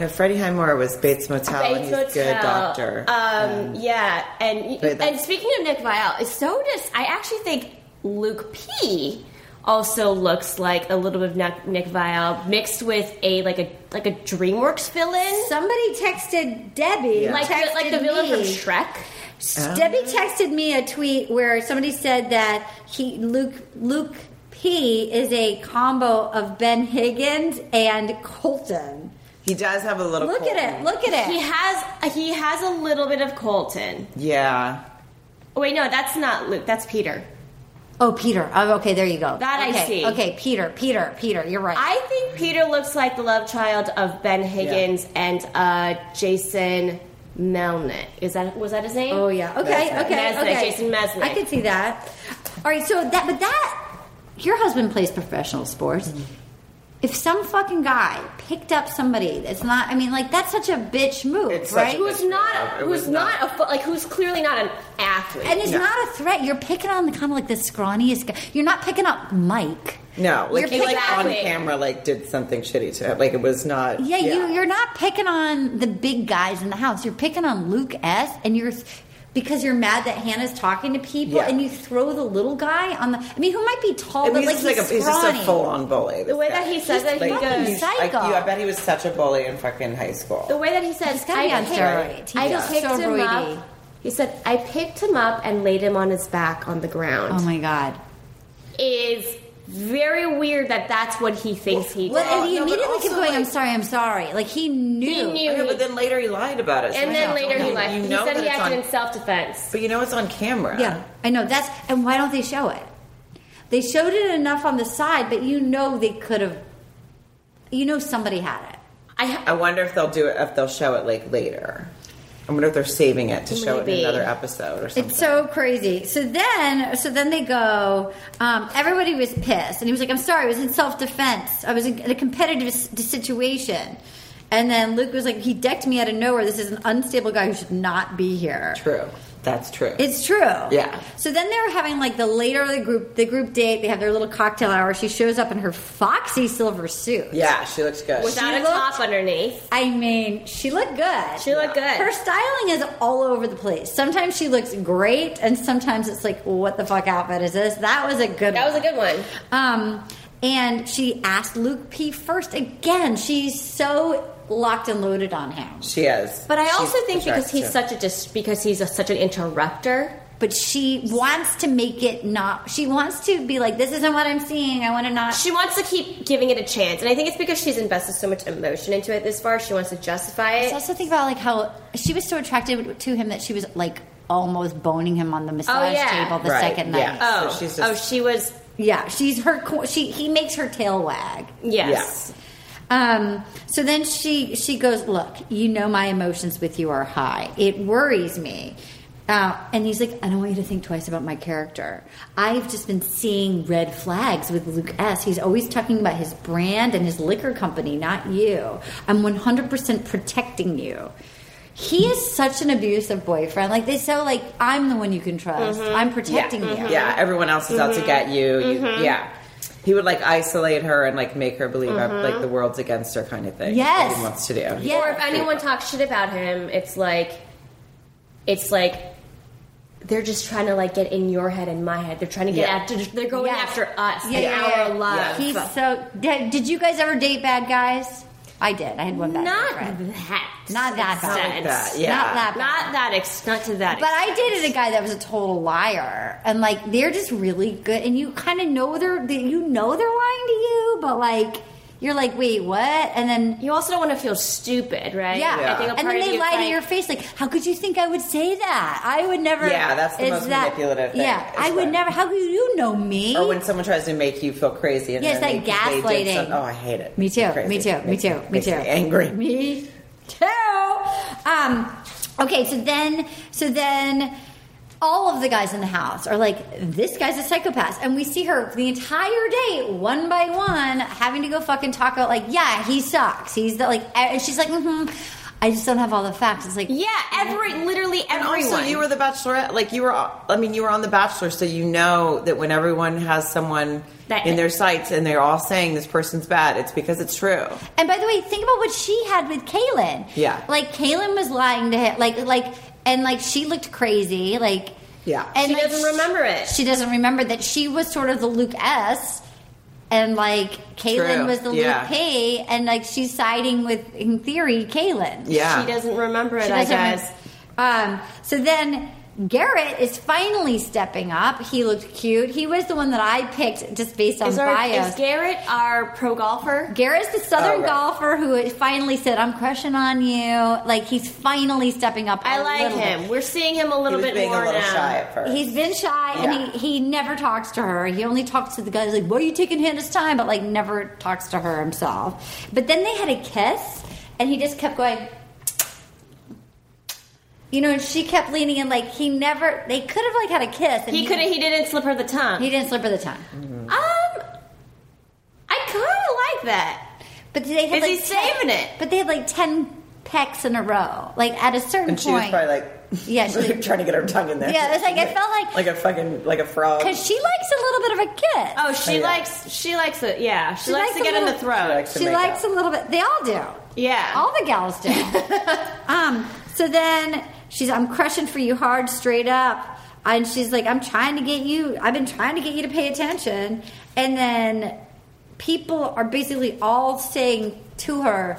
S3: No, Freddie Highmore was Bates Motel, and
S5: Bates
S3: Oh, he's a good
S5: Motel.
S3: doctor.
S5: Um, yeah, and
S3: But
S5: and
S3: that's-
S5: speaking of Nick Vial, it's so does I actually think Luke P also looks like a little bit of Nick, Nick Vial mixed with a like a like a DreamWorks villain,
S2: Somebody texted Debbie.
S5: like the, like the
S2: texted
S5: villain from
S2: me.
S5: Shrek.
S2: Debbie texted me a tweet where somebody said that he Luke Luke P is a combo of Ben Higgins and Colton.
S3: he does have a little.
S2: Look
S3: cold.
S2: at it! Look at
S5: He
S2: it!
S5: has he has a little bit of Colton.
S3: Yeah.
S5: Oh, wait, no, that's not Luke. That's Peter.
S2: Oh, Peter. Oh, okay, there you go.
S5: That I
S2: Okay,
S5: see.
S2: Okay, Peter, Peter, Peter. You're right.
S5: I think Peter looks like the love child of Ben Higgins and uh, Jason Melnick. Is that was that his name?
S2: oh yeah. Okay.
S5: Mesnick.
S2: Okay.
S5: Mesnick,
S2: okay.
S5: Jason Mesnick.
S2: I could see that. All right. So that, but that, your husband plays professional sports.
S3: Mm-hmm.
S2: If some fucking guy picked up somebody that's not, I mean, like that's such a bitch move,
S3: It's such
S2: right?
S3: a bitch
S5: who's not
S3: It
S5: who's
S3: was not.
S5: not a fo- like who's clearly not an athlete.
S2: And it's not a threat. You're picking on the kind of like the scrawniest guy. You're not picking up Mike.
S3: No, like
S2: You're
S3: he like
S5: picking-
S3: on camera like did something shitty to him. Like it was not.
S2: Yeah, You, you're not picking on the big guys in the house. You're picking on Luke S. And you're because you're mad that Hannah's talking to people,
S3: Yeah.
S2: and you throw the little guy on the. I mean, who might be tall,
S3: And
S2: but
S3: he's,
S2: like
S3: just
S2: he's,
S3: like a,
S2: scrawny.
S3: he's just a full on bully.
S5: The way that he says it, he goes,
S3: you-
S2: "Psycho."
S3: you- I bet he was such a bully in fucking high school.
S5: the way that he said,
S2: He's gotta be on steroids. He's
S5: I
S2: just
S5: picked
S2: so
S5: him
S2: roidy.
S5: up. He said, "I picked him up and laid him on his back on the ground."
S2: Oh my god!
S5: Is very weird that that's what he thinks he did.
S2: Well, and he
S3: no, but
S2: immediately kept
S3: also,
S2: going. I'm
S3: like-
S2: sorry. I'm sorry. Like he knew.
S5: he knew,
S3: I know,
S5: he-
S3: but then later he lied about it. So
S5: and
S3: I
S5: then
S3: know-
S5: later he
S3: you
S5: left. He
S3: know
S5: said
S3: that
S5: he
S3: it's
S5: acted
S3: on-
S5: in self defense.
S3: But you know it's on camera.
S2: Yeah, I know. That's and why don't they show it? They showed it enough on the side, but you know they could have. You know somebody had it.
S5: I
S3: I wonder if they'll do it if they'll show it like later. I wonder if they're saving it to show it in
S5: Maybe.
S3: another episode or something.
S2: It's so crazy. So then, so then they go. Um, everybody was pissed, and he was like, "I'm sorry, I was in self defense. I was in a competitive s- situation." And then Luke was like, "He decked me out of nowhere. This is an unstable guy who should not be here."
S3: true. That's true.
S2: It's true. Yeah.
S3: Yeah.
S2: So then they were having like the later the group the group date. They have their little cocktail hour. She shows up in her foxy silver suit.
S3: yeah, she looks good.
S5: without
S2: She
S5: a
S2: looked-
S5: top underneath.
S2: I mean, she looked good.
S5: She looked good.
S2: Her styling is all over the place. Sometimes she looks great, and sometimes it's like, what the fuck outfit is this? That was a good.
S5: That was a good one.
S2: Um, and she asked Luke P first again. She's so locked and loaded on him,
S3: she is.
S5: But I
S3: She's
S5: also think because he's
S3: attractive.
S5: such a dis- because he's a, such an interrupter.
S2: but she wants to make it not. She wants to be like, this isn't what I'm seeing. I want to not.
S5: She wants to keep giving it a chance, and I think it's because she's invested so much emotion into it this far. She wants to justify
S2: I
S5: it.
S2: also think about like how she was so attracted to him that she was like almost boning him on the massage
S5: yeah.
S2: table the
S3: Right,
S2: second night.
S3: yeah.
S5: oh,
S3: So she's
S5: oh,
S3: just-
S5: she was.
S2: Yeah, she's her. co- She he makes her tail wag.
S5: Yes.
S2: Um, so then she she goes, look, you know my emotions with you are high. It worries me. Uh, and he's like, I don't want you to think twice about my character. I've just been seeing red flags with Luke S. He's always talking about his brand and his liquor company, not you. I'm 100% protecting you. He is such an abusive boyfriend. Like they so like I'm the one you can trust. I'm protecting you.
S3: Mm-hmm. Yeah, everyone else is
S5: Mm-hmm.
S3: out to get you. you Yeah. He would like isolate her and like make her believe like
S5: Mm-hmm.
S3: the world's against her kind of thing.
S2: Yes.
S3: What he wants to do.
S2: Yeah.
S5: Or if anyone talks shit about him, it's like, it's like. They're just trying to like get in your head and my head. They're trying to get
S3: Yeah.
S5: after. They're going
S2: Yes.
S5: after us
S2: Yeah,
S5: and
S2: yeah,
S5: our
S2: yeah.
S5: love.
S2: He's so. Did, did you guys ever date bad guys? I did. I had one bad
S5: Not
S2: boyfriend.
S5: that.
S2: Not that bad.
S5: sense.
S2: Not
S3: that, yeah.
S2: Not that bad.
S5: Not that ex- not to that.
S2: But I dated a guy that was a total liar, and like they're just really good, and you kind of know they're they- you know they're lying to you, but like you're like, wait, what? And then
S5: you also don't want to feel stupid, right?
S2: yeah,
S5: I think a
S2: and
S5: part
S2: then
S5: of
S2: they
S5: you
S2: lie
S5: is
S2: to
S5: like-
S2: your face, like, how could you think I would say that? I would never.
S3: Yeah, that's the
S2: It's
S3: most manipulative thing,
S2: Yeah,
S3: is
S2: I would
S3: when-
S2: never. How could you know me?
S3: Or when someone tries to make you feel crazy. And
S2: Yes,
S3: then
S2: that
S3: they- they did
S2: gaslighting.
S3: some- oh, I hate it.
S2: Me too.
S3: Crazy.
S2: Me too. Me
S3: Makes-
S2: too. Me
S3: makes
S2: too.
S3: angry.
S2: Me too. Um, okay, so then, so then, all of the guys in the house are like, "This guy's a psychopath," and we see her the entire day, one by one, having to go fucking talk about like, "Yeah, he sucks. He's the like," and she's like, mm-hmm. "I just don't have all the facts." It's like,
S5: Yeah, every
S2: Mm-hmm.
S5: literally
S3: And
S5: everyone.
S3: also, Oh, you were the Bachelorette. Like you were, I mean, you were on the Bachelor, so you know that when everyone has someone
S5: That-
S3: in their sights and they're all saying this person's bad, it's because it's true.
S2: And by the way, think about what she had with Kaylin.
S3: Yeah.
S2: like Kaylin was lying to him, like like, and like she looked crazy, like
S3: Yeah.
S2: and
S5: She doesn't remember it.
S2: She doesn't remember that she was sort of the Luke S. And like Kaylin
S3: True.
S2: was the
S3: Yeah.
S2: Luke P, and like she's siding with, in theory, Kaylin.
S3: Yeah.
S5: She doesn't remember it.
S2: She
S5: I
S2: doesn't rem-
S5: guess.
S2: Um, so then Garrett is finally stepping up. He looked cute. He was the one that I picked just based on
S5: is, our,
S2: bias.
S5: is Garrett our pro golfer?
S2: Garrett's the southern
S3: Oh, right.
S2: golfer who finally said, "I'm crushing on you." Like he's finally stepping up.
S5: I
S2: a
S5: like
S2: little
S5: him. We're seeing him a
S3: He
S5: little
S3: was
S5: bit
S3: being a
S5: more
S3: little
S5: now.
S3: shy
S2: bit.
S3: at first.
S2: He's been shy,
S3: Yeah.
S2: and he, he never talks to her. He only talks to the guys. Like, why are you taking Hannah's time? But like, never talks to her himself. But then they had a kiss, and he just kept going. You know, and she kept leaning in. Like he never. They could have like had a kiss. And
S5: He could He didn't slip her the tongue.
S2: He didn't slip her the tongue.
S3: Mm-hmm.
S5: um, I kind of like that.
S2: But they had
S5: Is
S2: like
S5: he saving it?
S2: But they had like ten pecks in a row. Like at a certain
S3: and she
S2: point,
S3: was probably like,
S2: Yeah, she was-
S3: trying to get her tongue in there.
S2: Yeah, it's like, I felt like-
S3: like a fucking like a frog.
S2: Because she likes a little bit of a kiss.
S5: Oh, she
S3: Oh, yeah.
S5: likes. She likes it. Yeah, she, likes, to
S2: a
S5: get in
S2: little-
S5: the throat.
S3: likes to
S2: She
S3: make
S2: likes
S3: out.
S2: a little bit. They all do.
S5: Yeah.
S2: All the gals do. um, so then she's, I'm crushing for you hard, straight up. And she's like, I'm trying to get you, I've been trying to get you to pay attention. And then people are basically all saying to her,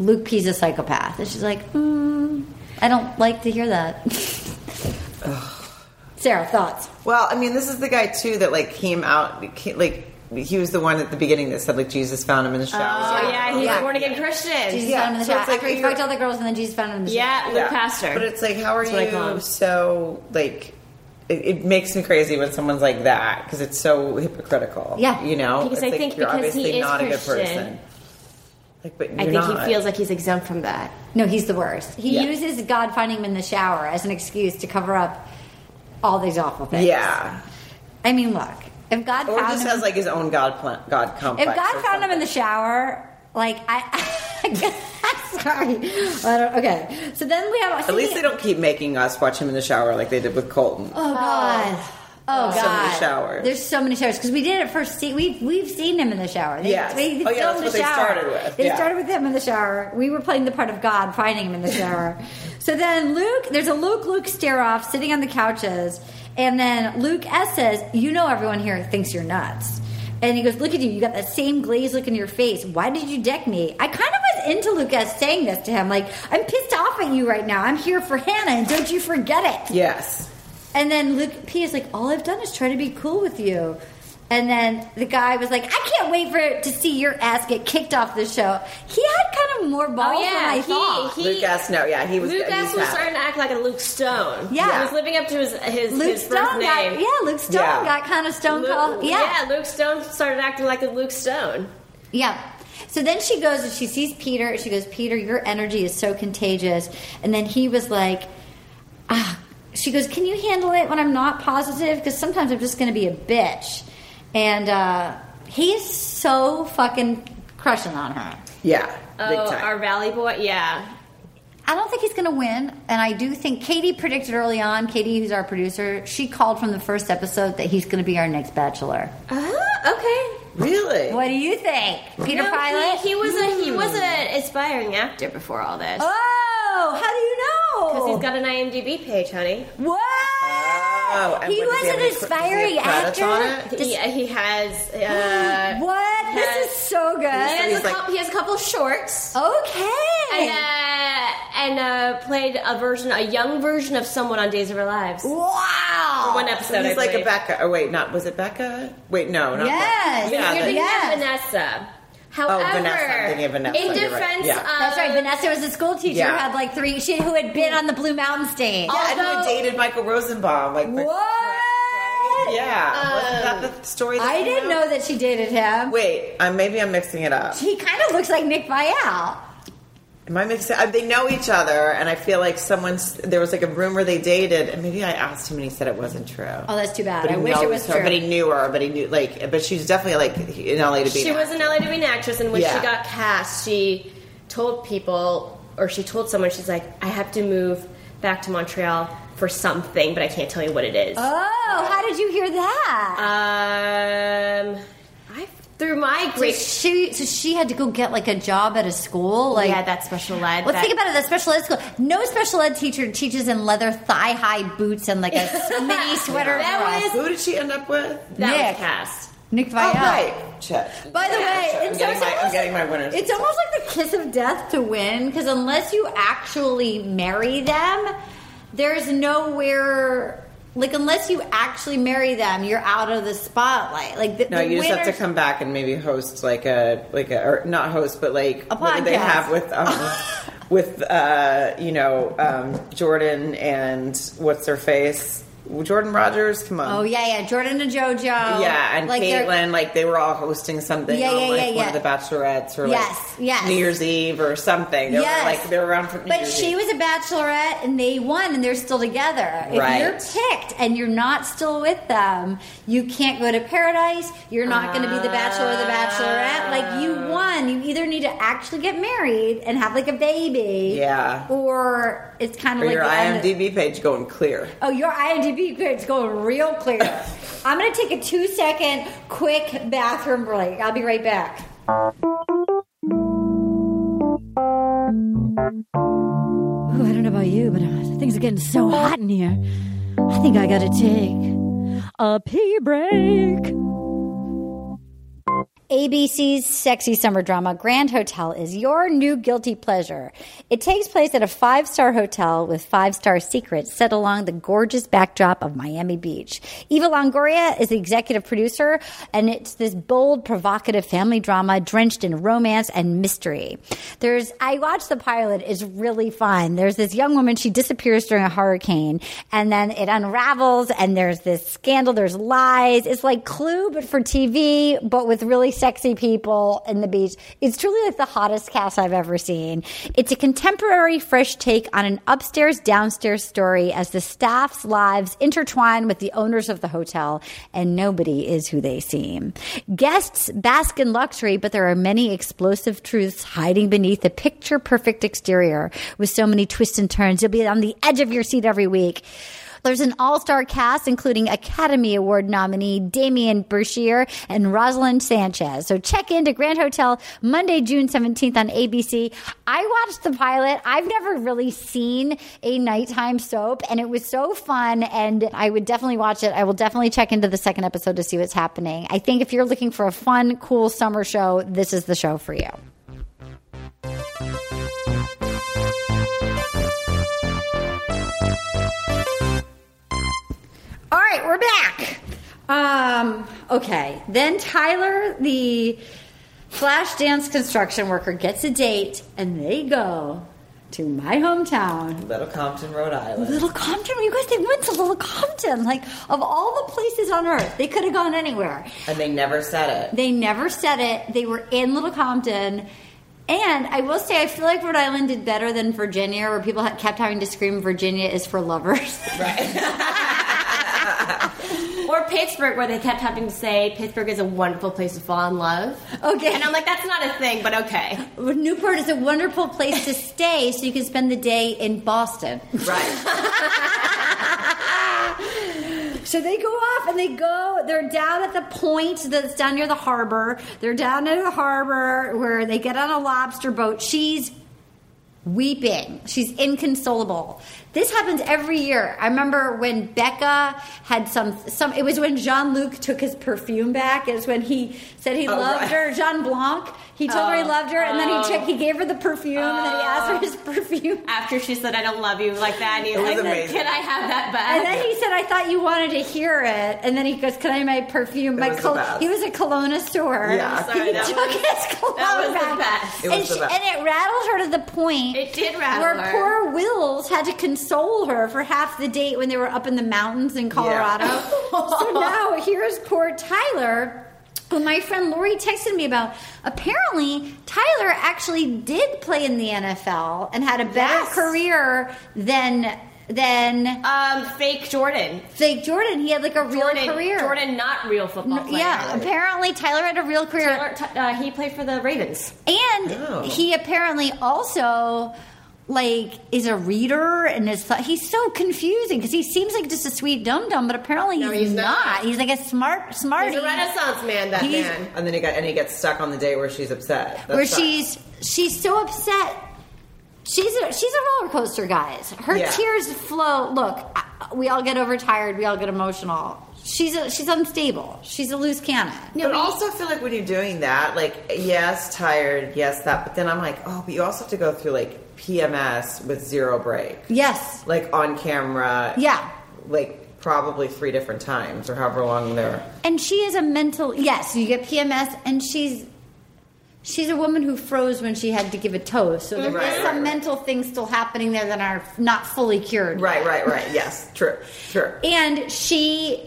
S2: Luke P's a psychopath. And she's like, hmm, I don't like to hear that. Sarah, thoughts?
S3: Well, I mean, this is the guy too that like came out ca- like he was the one at the beginning that said like Jesus found him in the shower.
S5: Oh yeah, he's
S2: Yeah.
S5: a born again Christian.
S2: Jesus
S3: Yeah,
S2: found him in the
S3: so
S2: shower.
S3: it's like
S2: After he
S3: you're-
S2: fucked all the girls and then Jesus found him in the shower.
S5: yeah, Luke Pastor.
S3: But it's like, how are
S5: That's what I call
S3: you
S5: him.
S3: so like? It, it makes me crazy when someone's like that because it's so hypocritical.
S2: Yeah.
S3: you know,
S5: Because
S3: It's
S5: I
S3: like,
S5: think
S3: you're
S5: because he
S3: obviously
S5: is
S3: not a good
S5: Christian.
S3: person. Like, but you're
S5: I think
S3: not.
S5: he feels like he's exempt from that.
S2: No, he's the worst. He
S3: Yeah.
S2: uses God finding him in the shower as an excuse to cover up all these awful things.
S3: yeah,
S2: I mean, look, if God
S3: or
S2: found
S3: just
S2: him,
S3: has like his own god plan, god
S2: if
S3: complex.
S2: God
S3: or
S2: found him in the
S3: something.
S2: shower, like I, sorry, I don't, okay. So then we have
S3: At least they don't keep making us watch him in the shower like they did with Colton.
S2: Oh God. Oh
S3: So many
S2: God!
S3: showers.
S2: There's so many showers because we did it first. See, we've we've seen him in the shower. They,
S3: Yes.
S2: they
S3: Oh,
S2: filmed
S3: yeah, that's
S2: the
S3: what they
S2: shower.
S3: started with.
S2: They
S3: Yeah.
S2: started with him in the shower. We were playing the part of God finding him in the shower. so then Luke, there's a Luke Luke stare off sitting on the couches, and then Luke S says, "You know, everyone here thinks you're nuts." And he goes, "Look at you! You got that same glazed look in your face. Why did you deck me?" I kind of was into Luke S saying this to him, like, "I'm pissed off at you right now. I'm here for Hannah, and don't you forget it."
S3: yes,
S2: And then Luke P is like, all I've done is try to be cool with you. And then the guy was like, I can't wait for to see your ass get kicked off the show. He had kind of more balls than I thought.
S5: Oh, he, he
S3: Lucas. No, yeah, he was.
S5: Luke
S3: he's
S5: S was
S3: happy.
S5: starting to act like a Luke Stone.
S2: Yeah.
S5: he was living up to his his,
S2: Luke
S5: his first
S2: Stone
S5: name.
S2: got yeah, Luke Stone
S3: Yeah.
S2: got kind of stone
S5: Luke-
S2: cold. Yeah.
S5: Luke Stone started acting like a Luke Stone.
S2: Yeah. So then she goes and she sees Peter. She goes, Peter, your energy is so contagious. And then he was like, ah. She goes, can you handle it when I'm not positive? Because sometimes I'm just going to be a bitch. And uh, he's so fucking crushing on her.
S3: Yeah, big
S5: Oh,
S3: time.
S5: our Valley Boy. Yeah,
S2: I don't think he's going to win, and I do think Katie predicted early on. Katie, who's our producer, she called from the first episode that he's going to be our next Bachelor. Uh-huh,
S5: Uh, okay.
S3: really?
S2: What do you think, Peter
S5: No,
S2: Pilot?
S5: He, he was a he was an aspiring actor before all this.
S2: Oh, how do you know?
S5: Because he's got an IMDb page, honey.
S2: Whoa!
S3: Oh, and
S2: he
S3: Oh,
S2: was
S3: what, does he have
S2: an
S3: any cre- does he
S2: aspiring
S3: have credits
S2: actor.
S3: on it?
S2: Does-
S5: yeah, he has. Uh,
S2: Uh, what?
S5: has-
S2: This is so
S5: He
S2: good.
S5: has,
S3: He's
S5: a
S3: like-
S5: couple, he has a couple of shorts. And,
S2: Okay.
S5: uh, and uh, played a version, a young version of someone on Days of Our Lives.
S2: Wow.
S5: One episode. I
S3: He's like a
S5: played.
S3: Becca. Oh wait, not was it Becca? Wait, no, not
S2: Yes.
S3: Becca. Yeah,
S5: You're
S3: that-
S5: thinking
S2: Yes.
S5: of Vanessa. However,
S3: Vanessa. I'm Oh, thinking of Vanessa.
S5: in
S3: You're right.
S5: defense
S3: Yeah.
S5: of
S2: That's right. Vanessa was a school teacher who
S3: Yeah.
S2: had like three. She who had been on the Blue Mountain stage.
S5: Oh,
S3: yeah, and who
S5: Although-
S3: dated Michael Rosenbaum? Like the-
S2: What?
S3: Yeah, wasn't that the story? That
S2: Um, I
S3: came
S2: didn't
S3: out?
S2: know that she dated him.
S3: Wait, I, maybe I'm mixing it up.
S2: He kind of looks like Nick Vial.
S3: Am I mixing? Uh, they know each other, and I feel like someone's. There was like a rumor they dated, and maybe I asked him, and he said it wasn't true.
S2: Oh, that's too bad.
S3: But
S2: I
S3: he
S2: wish it
S3: knows
S2: was
S3: her,
S2: true.
S3: But he knew her. But he knew like. But she's definitely like in LA to be.
S5: she
S3: an
S5: was in LA to be an actress, and when
S3: Yeah.
S5: she got cast, she told people, or she told someone, she's like, I have to move back to Montreal for something, but I can't tell you what it is.
S2: oh, how did you hear
S5: Uh,
S2: that?
S5: Um, I through my
S2: So
S5: great
S2: she so she had to go get like a job at a school. Like
S5: yeah that special ed.
S2: Let's
S5: that-
S2: think about it. The special ed school. No special ed teacher teaches in leather thigh high boots and like a mini sweater.
S5: That
S2: dress.
S5: was-
S3: Who did she end up with?
S5: that
S2: Nick.
S5: was cast.
S2: Nick
S3: Oh,
S2: Vial.
S3: right. Check.
S2: By the way,
S3: I'm,
S2: it's
S3: getting
S2: so-
S3: my, I'm getting my winners.
S2: It's almost like the kiss of death to win because unless you actually marry them, there's nowhere. Like unless you actually marry them, you're out of the spotlight. Like the,
S3: No,
S2: the
S3: you just have to
S2: winners-
S3: come back and maybe host like a like a or not host, but like
S2: A
S3: what did they
S2: podcast.
S3: have with um, with uh, you know um, Jordan and what's her face Jordan Rogers. Come on,
S2: Oh yeah, yeah. Jordan and JoJo.
S3: yeah, and
S2: they're-
S3: Caitlyn, like they were all hosting something
S2: Yeah,
S3: on
S2: yeah,
S3: like
S2: yeah,
S3: one
S2: yeah.
S3: of the Bachelorettes or
S2: Yes,
S3: like
S2: yes.
S3: New Year's Eve or something. They
S2: Yes.
S3: were like they were around for New
S2: But
S3: Year's
S2: she
S3: Eve.
S2: was a bachelorette and they won and they're still together.
S3: Right.
S2: If you're picked and you're not still with them, you can't go to paradise. You're not going to be the bachelor or the bachelorette. Like
S3: Ah.
S2: you won. You either need to actually get married and have like a baby.
S3: Yeah.
S2: Or it's kind of
S3: or
S2: like um,
S3: your
S2: the end of-
S3: IMDb page going clear.
S2: Oh, your IMDb grade's going real clear. I'm going to take a two second quick bathroom break. I'll be right back.
S7: Ooh, I don't know about you, but uh, things are getting so hot in here. I think I gotta take a pee break.
S2: ABC's sexy summer drama Grand Hotel is your new guilty pleasure. It takes place at a five star hotel with five star secrets set along the gorgeous backdrop of Miami Beach. Eva Longoria is the executive producer, and it's this bold, provocative family drama drenched in romance and mystery. There's, I watched the pilot, it's really fun. There's this young woman, she disappears during a hurricane, and then it unravels, and there's this scandal, there's lies. It's like Clue, but for TV, but with really sexy people in the beach. It's truly like the hottest cast I've ever seen. It's a contemporary, fresh take on an upstairs, downstairs story as the staff's lives intertwine with the owners of the hotel, and nobody is who they seem. Guests bask in luxury, but there are many explosive truths hiding beneath the picture perfect exterior with so many twists and turns. You'll be on the edge of your seat every week. There's an all-star cast, including Academy Award nominee Damien Bergier and Rosalind Sanchez. So check in to Grand Hotel Monday, June 17th on ABC. I watched the pilot. I've never really seen a nighttime soap, and it was so fun. And I would definitely watch it. I will definitely check into the second episode to see what's happening. I think if you're looking for a fun, cool summer show, this is the show for you. All right, we're back. Um, okay. Then Tyler, the flash dance construction worker, gets a date and they go to my hometown.
S3: Little Compton, Rhode Island.
S2: Little Compton, you guys, they went to Little Compton. Like, of all the places on earth, they could have gone anywhere.
S3: And they never said it.
S2: They never said it. They were in Little Compton. And I will say, I feel like Rhode Island did better than Virginia, where people ha- kept having to scream, Virginia is for lovers.
S5: Or Pittsburgh, where they kept having to say Pittsburgh is a wonderful place to fall in love.
S2: Okay.
S5: and I'm like, that's not a thing, but okay.
S2: Newport is a wonderful place to stay, so you can spend the day in Boston.
S3: Right.
S2: So they go off and they go. They're down at the point that's down near the harbor. They're down near the harbor where they get on a lobster boat. She's weeping. She's inconsolable. This happens every year. I remember when Becca had some some. It was when Jean Luc took his perfume back. It was when he said he loved
S3: right.
S2: her. Jean Blanc. He told her he
S5: Oh,
S2: loved her, and then
S5: oh.
S2: he checked. He gave her the perfume, and then he asked for his perfume.
S5: After she said, I don't love you like that, and he's
S3: was
S5: like,
S3: amazing.
S5: Can I have that
S2: And
S5: back?
S2: then he said, "I thought you wanted to hear it." And then he goes, "Can I have my perfume? My
S3: was the
S2: col-
S3: best.
S2: he was a colonosaur.
S3: Yeah.
S5: Sorry,
S2: he
S5: that
S2: took
S5: was-
S2: his cologne
S5: that was the
S2: back,
S5: best.
S3: It was
S2: and,
S3: the
S2: she-
S3: best.
S2: and it rattled her to the point.
S5: It did rattle
S2: where
S5: her.
S2: poor Wills had to console her for half the date when they were up in the mountains in Colorado. so now here's poor Tyler. Who my friend Lori texted me about. Apparently, Tyler actually did play in the NFL and had a better
S5: Yes.
S2: career than than
S5: Um, fake Jordan.
S2: like Jordan, he had like a real
S5: Jordan,
S2: career.
S5: Jordan, not real football player.
S2: yeah, apparently Tyler had a real career,
S5: Taylor- t- uh, he played for the Ravens.
S2: and
S3: Oh.
S2: he apparently also like is a reader and is he's so confusing because he seems like just a sweet dum dum, but apparently he's,
S5: he's
S2: not.
S5: not.
S2: He's like a smart smarty.
S5: He's a renaissance man, that
S2: He's-
S5: man.
S3: And then he got and he gets stuck on the date where she's upset. That
S2: where
S3: sucks.
S2: she's she's so upset. She's a, she's a roller coaster, guys. Her
S3: Yeah.
S2: tears flow. Look, I, we all get overtired. We all get emotional. She's a, she's unstable. She's a loose cannon.
S3: but I also feel like when you're doing that, like yes, tired, yes that, but then I'm like, oh, but you also have to go through like PMS with zero break,
S2: Yes.
S3: like on camera,
S2: Yeah.
S3: like probably three different times or however long they're.
S2: And she is a mental yes, you get PMS and she's she's a woman who froze when she had to give a toast. So there is
S3: Right, right,
S2: some
S3: right.
S2: mental things still happening there that are not fully cured.
S3: Right, right, right. Yes, true, true.
S2: And she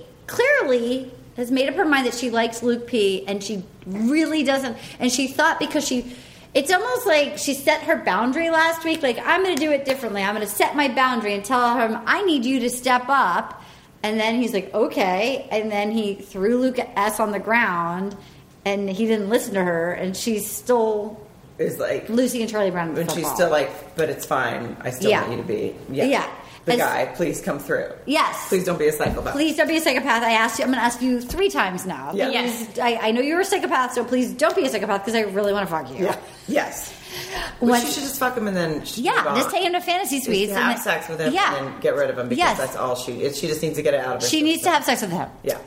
S2: clearly has made up her mind that she likes Luke P and she really doesn't and she thought because she it's almost like she set her boundary last week like I'm going to do it differently. I'm going to set my boundary and tell him I need you to step up. And then he's like, "Okay." And then he threw Luke S on the ground and he didn't listen to her and she's still
S3: It's like
S2: Lucy and Charlie Brown.
S3: when she's
S2: football.
S3: still like, but it's fine. I still
S2: Yeah.
S3: want you to be, yeah,
S2: Yeah.
S3: the
S2: It's-
S3: guy. Please come through.
S2: Yes.
S3: Please don't be a psychopath.
S2: Please don't be a psychopath. I asked you. I'm going to ask you three times now.
S3: Yeah.
S5: Yes.
S2: I, I know you're a psychopath, so please don't be a psychopath because I really want to fuck you.
S3: Yeah. Yes. Well,
S2: When-
S3: she should just fuck him and then she
S2: Yeah,
S3: move on.
S2: just take him to fantasy
S3: Just
S2: suites and
S3: have
S2: then-
S3: sex with him
S2: Yeah.
S3: and then get rid of him because
S2: Yes.
S3: that's all she. She just needs to get it out of her.
S2: She needs to
S3: system.
S2: have sex with him.
S3: Yeah.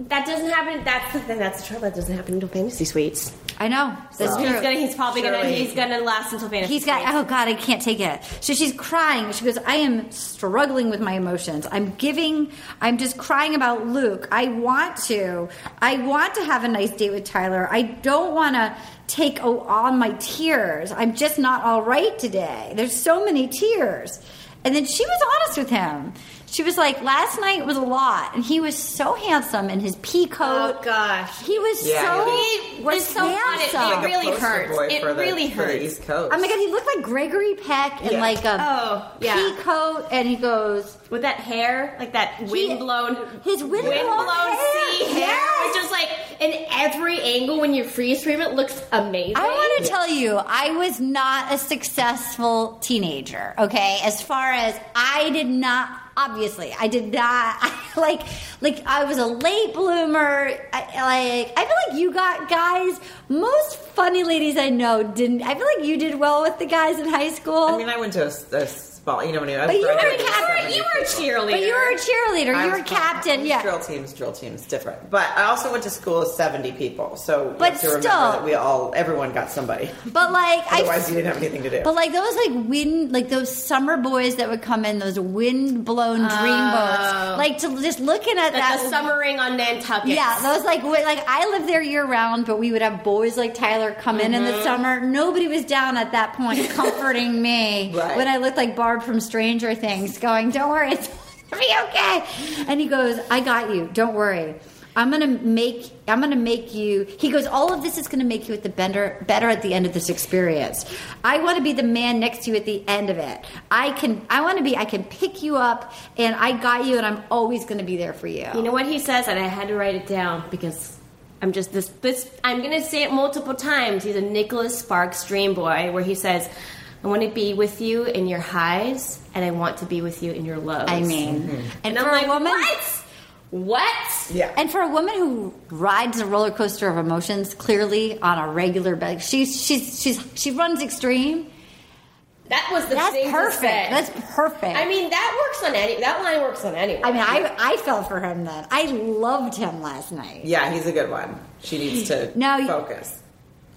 S5: That doesn't happen. That's the thing. That's the trouble. That doesn't happen until fantasy suites.
S2: I know. That's
S5: He's
S2: true.
S5: gonna. He's probably gonna.
S3: Surely.
S5: He's gonna last until fantasy.
S2: He's got, oh God, I can't take it. So she's crying. She goes, I am struggling with my emotions. I'm giving, I'm just crying about Luke. I want to, I want to have a nice date with Tyler. I don't want to take o- on my tears. I'm just not all right today. There's so many tears. And then she was honest with him. She was like, last night was a lot. And he was so handsome in his pea coat.
S5: Oh, gosh.
S2: He was
S3: Yeah,
S2: so,
S5: He
S2: was
S5: is so hot. It-
S2: handsome.
S5: it really
S3: Poster
S5: hurts.
S3: boy
S5: It
S3: for the-
S5: really
S3: for the
S5: hurts.
S3: East Coast.
S2: Oh my god, he looked like Gregory Peck in
S3: Yeah.
S2: like a
S5: Oh, yeah.
S2: pea coat, and he goes,
S5: with that hair, like that windblown,
S2: his windblown hair,
S5: sea hair,
S2: yes.
S5: which is like in every angle when you freeze frame it looks amazing.
S2: I want to tell you, I was not a successful teenager, okay? As far as I did not obviously i did not like like i was a late bloomer I, like i feel like you got guys most funny ladies i know didn't i feel like you did well with the guys in high school
S3: I mean, I went to a, s- a small. You know what I mean? I
S2: But you were a
S3: graduated with
S2: captain.
S3: so many
S5: you were a
S3: people.
S5: cheerleader.
S2: but you were a cheerleader
S3: I
S2: you
S3: was
S2: were captain
S3: fine.
S2: yeah
S3: Drill teams, drill teams, different. But I also went to school with seventy people, so you
S2: But
S3: have to remember
S2: still.
S3: that we all, everyone got somebody.
S2: but like i
S3: Otherwise, you didn't have anything to do.
S2: But like those like wind like those summer boys that would come in those wind blown dream boats like to just looking at
S5: that
S2: that
S5: the summering on Nantucket.
S2: yeah those like wi- like I lived there year round but we would have boys like Tyler come in in the summer nobody was down at that point comforting me
S3: Right.
S2: when I looked like Barb from Stranger Things going don't worry it's gonna be okay and he goes I got you don't worry. I'm gonna make I'm gonna make you. He goes. All of this is gonna make you at the bender better at the end of this experience. I want to be the man next to you at the end of it. I can. I want to be. I can pick you up, and I got you, and I'm always gonna be there for you.
S5: You know what he says, and I had to write it down because I'm just this. This I'm gonna say it multiple times. He's a Nicholas Sparks dream boy, where he says, "I want to be with you in your highs, and I want to be with you in your lows."
S2: I mean, and,
S5: and
S2: for
S5: I'm like,
S2: a woman,
S5: what? What?
S3: yeah,
S2: and for a woman who rides a roller coaster of emotions clearly on a regular basis, she's she's she's she runs extreme.
S5: That was the
S2: That's
S5: thing. to
S2: perfect.
S5: say.
S2: That's perfect.
S5: I mean, that works on any. That line works on anyone.
S2: I mean, I I fell for him then. I loved him last night.
S3: Yeah, he's a good one. She needs to
S2: Now you-
S3: focus.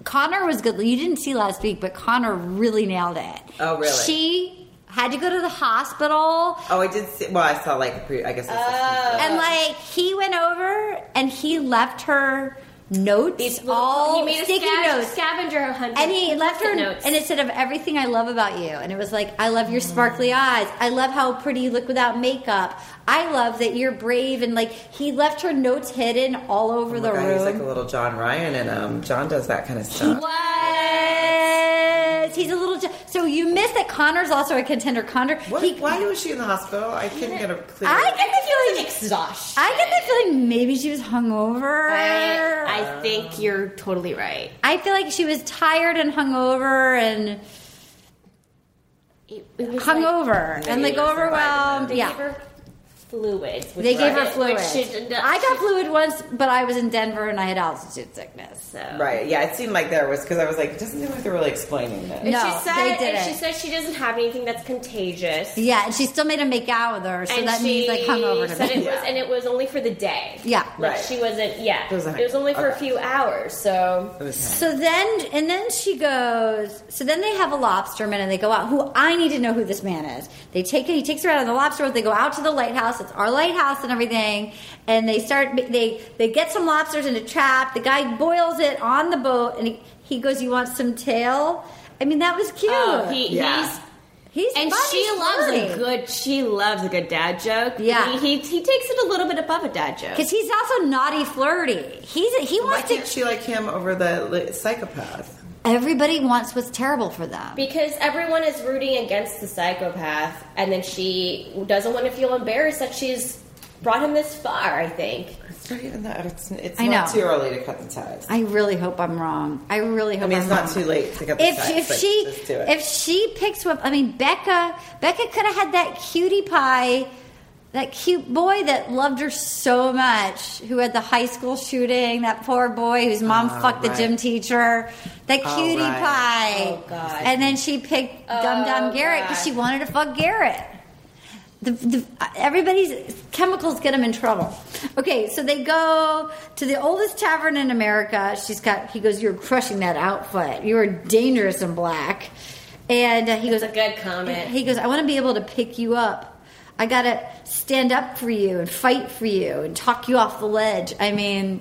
S2: Connor was good. You didn't see last week, but Connor really nailed it.
S3: Oh, really?
S2: She had to go to the hospital,
S3: Oh, I did see. Well, I saw like a pre. I guess. That's
S2: and like he went over and he left her notes.
S5: These little-
S2: all
S5: he made a
S2: sticky
S5: scav-
S2: notes.
S5: scavenger hunt.
S2: and he left her
S5: notes.
S2: and it said of everything I love about you, and it was like I love your sparkly eyes, I love how pretty you look without makeup, I love that you're brave, and like he left her notes hidden all over the room.
S3: Oh He's like a little John Ryan, and um, John does that kind of stuff.
S2: What? He's a little. J- so you missed that Connor's also a contender. Connor.
S3: What,
S2: he-
S3: why was she in the hospital? I couldn't get a clear.
S2: I get the feeling.
S5: exhaustion.
S2: I get the feeling maybe she was hungover. I,
S5: I
S2: Ah.
S5: think you're totally right.
S2: feel like she was tired and hungover and
S5: It, it was like- um,
S2: hungover and like
S3: gave her some
S2: overwhelmed.
S5: They
S2: Yeah.
S5: gave her fluids. which
S2: they gave her
S5: which
S2: fluid.
S5: she did not-
S2: I
S5: she-
S2: got fluid once, but I was in Denver and I had altitude sickness. So
S3: right. Yeah, it seemed like there was because I was like, it doesn't seem like they're really explaining this.
S5: And
S2: No,
S5: she said,
S2: Oh, they didn't.
S5: and she said she doesn't have anything that's contagious.
S2: yeah, and she still made him make out with her, so
S5: and
S2: that
S5: she
S2: means like hungover to
S5: said
S2: me.
S5: it was, and it was only for the day.
S2: Yeah.
S5: like
S3: Right.
S5: she wasn't. Yeah, it
S3: was
S5: was,
S3: a-
S5: only for a
S3: okay.
S5: few hours. So
S3: It was-
S2: So then, and then she goes. So then they have a lobsterman, and they go out. Who I need to know who this man is. They take he takes her out on the lobster boat. They go out to the lighthouse. It's our lighthouse and everything. And they start. They they get some lobsters in a trap. The guy boils it on the boat, and he, he goes, "You want some tail?" I mean, that was cute.
S5: oh, he,
S3: Yeah.
S5: he's
S2: he's
S5: and
S2: fun,
S5: she
S2: he's
S5: loves
S2: flirty.
S5: a good. She loves a good dad joke.
S2: Yeah.
S5: he, he he takes it a little bit above a dad joke.
S2: because he's also naughty, flirty. He's he
S3: Why
S2: wants
S3: can't
S2: to.
S3: she like him over the li- psychopath?
S2: Everybody wants what's terrible for them.
S5: Because everyone is rooting against the psychopath, and then she doesn't want to feel embarrassed that she's brought him this far. I think.
S3: It's not even that. It's, it's
S2: I
S3: not
S2: know.
S3: too early to cut the ties. I,
S2: I really hope I'm wrong. I really hope
S3: mean,
S2: am
S3: it's
S2: wrong.
S3: not too late to cut the
S2: if
S3: ties.
S2: if
S3: like,
S2: she
S3: just do it.
S2: if she picks up, I mean Becca Becca could have had that cutie pie, that cute boy that loved her so much, who had the high school shooting, that poor boy whose mom fucked the
S3: Oh, right.
S2: gym teacher, that
S3: Oh,
S2: cutie
S3: right.
S2: pie.
S5: Oh, God.
S2: And then she picked Dum Dum
S5: Oh,
S2: Garrett because
S5: God.
S2: she wanted to fuck Garrett. The, the, everybody's chemicals get them in trouble. Okay, so they go to the oldest tavern in America. She's got. He goes, "You're crushing that outfit. You are dangerous in black." And uh, he goes,
S5: a good comment.
S2: He goes, "I want to be able to pick you up. I gotta stand up for you and fight for you and talk you off the ledge." I mean,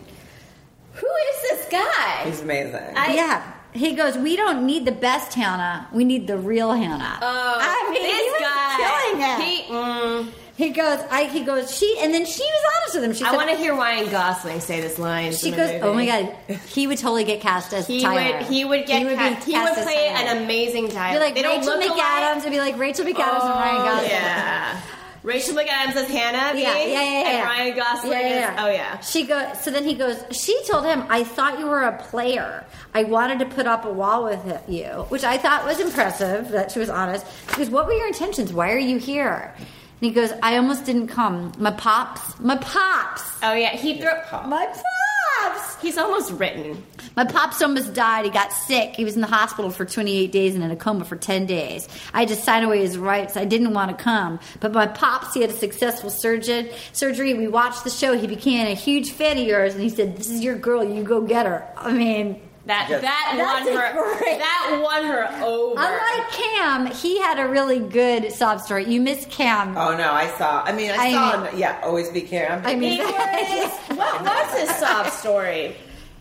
S5: Who is this guy?
S3: He's amazing.
S5: I-
S2: yeah. He goes, "We don't need the best Hannah. We need the real Hannah."
S5: Oh,
S2: I mean,
S5: this
S2: he was
S5: guy.
S2: killing it.
S5: He, mm,
S2: He goes, I, he goes, she, and then she was honest with him. She
S5: I
S2: said,
S5: want to hear Ryan Gosling say this line.
S2: She
S5: in the
S2: goes,
S5: movie.
S2: oh my god, he would totally get cast as
S5: He
S2: Tyler.
S5: would. He would get. He would,
S2: be
S5: cast, he would
S2: as
S5: play
S2: Tyler.
S5: an amazing Tyler.
S2: Be like
S5: they
S2: Rachel
S5: don't look
S2: McAdams.
S5: alike.
S2: It'd be like Rachel McAdams and Ryan Gosling.
S5: Oh, Yeah. Rachel McAdams as Hannah.
S2: Yeah, yeah,
S5: maybe?
S2: yeah, yeah,
S5: And
S2: yeah.
S5: Ryan Gosling.
S2: Yeah, yeah,
S5: Is, oh yeah.
S2: She goes. So then he goes. She told him, "I thought you were a player. I wanted to put up a wall with hi- you," which I thought was impressive that she was honest. She goes, "What were your intentions? Why are you here?" And he goes, "I almost didn't come. My pops. My pops.
S5: Oh yeah. He threw.
S2: My pops."
S5: He's almost written.
S2: My pops almost died. He got sick. He was in the hospital for 28 days and in a coma for 10 days. I had to sign away his rights. I didn't want to come. But my pops, he had a successful surgeon surgery. We watched the show. He became a huge fan of yours, and he said, "This is your girl. You go get her." I mean.
S5: That
S3: Yes.
S5: that
S2: That's
S5: won her.
S2: great.
S5: That won her over.
S2: Unlike Cam, he had a really good sob story. You miss Cam.
S3: oh no, I saw. I mean, I,
S2: I
S3: saw.
S2: mean-
S3: him, yeah, always be careful.
S2: I mean,
S5: He was- what was his sob story?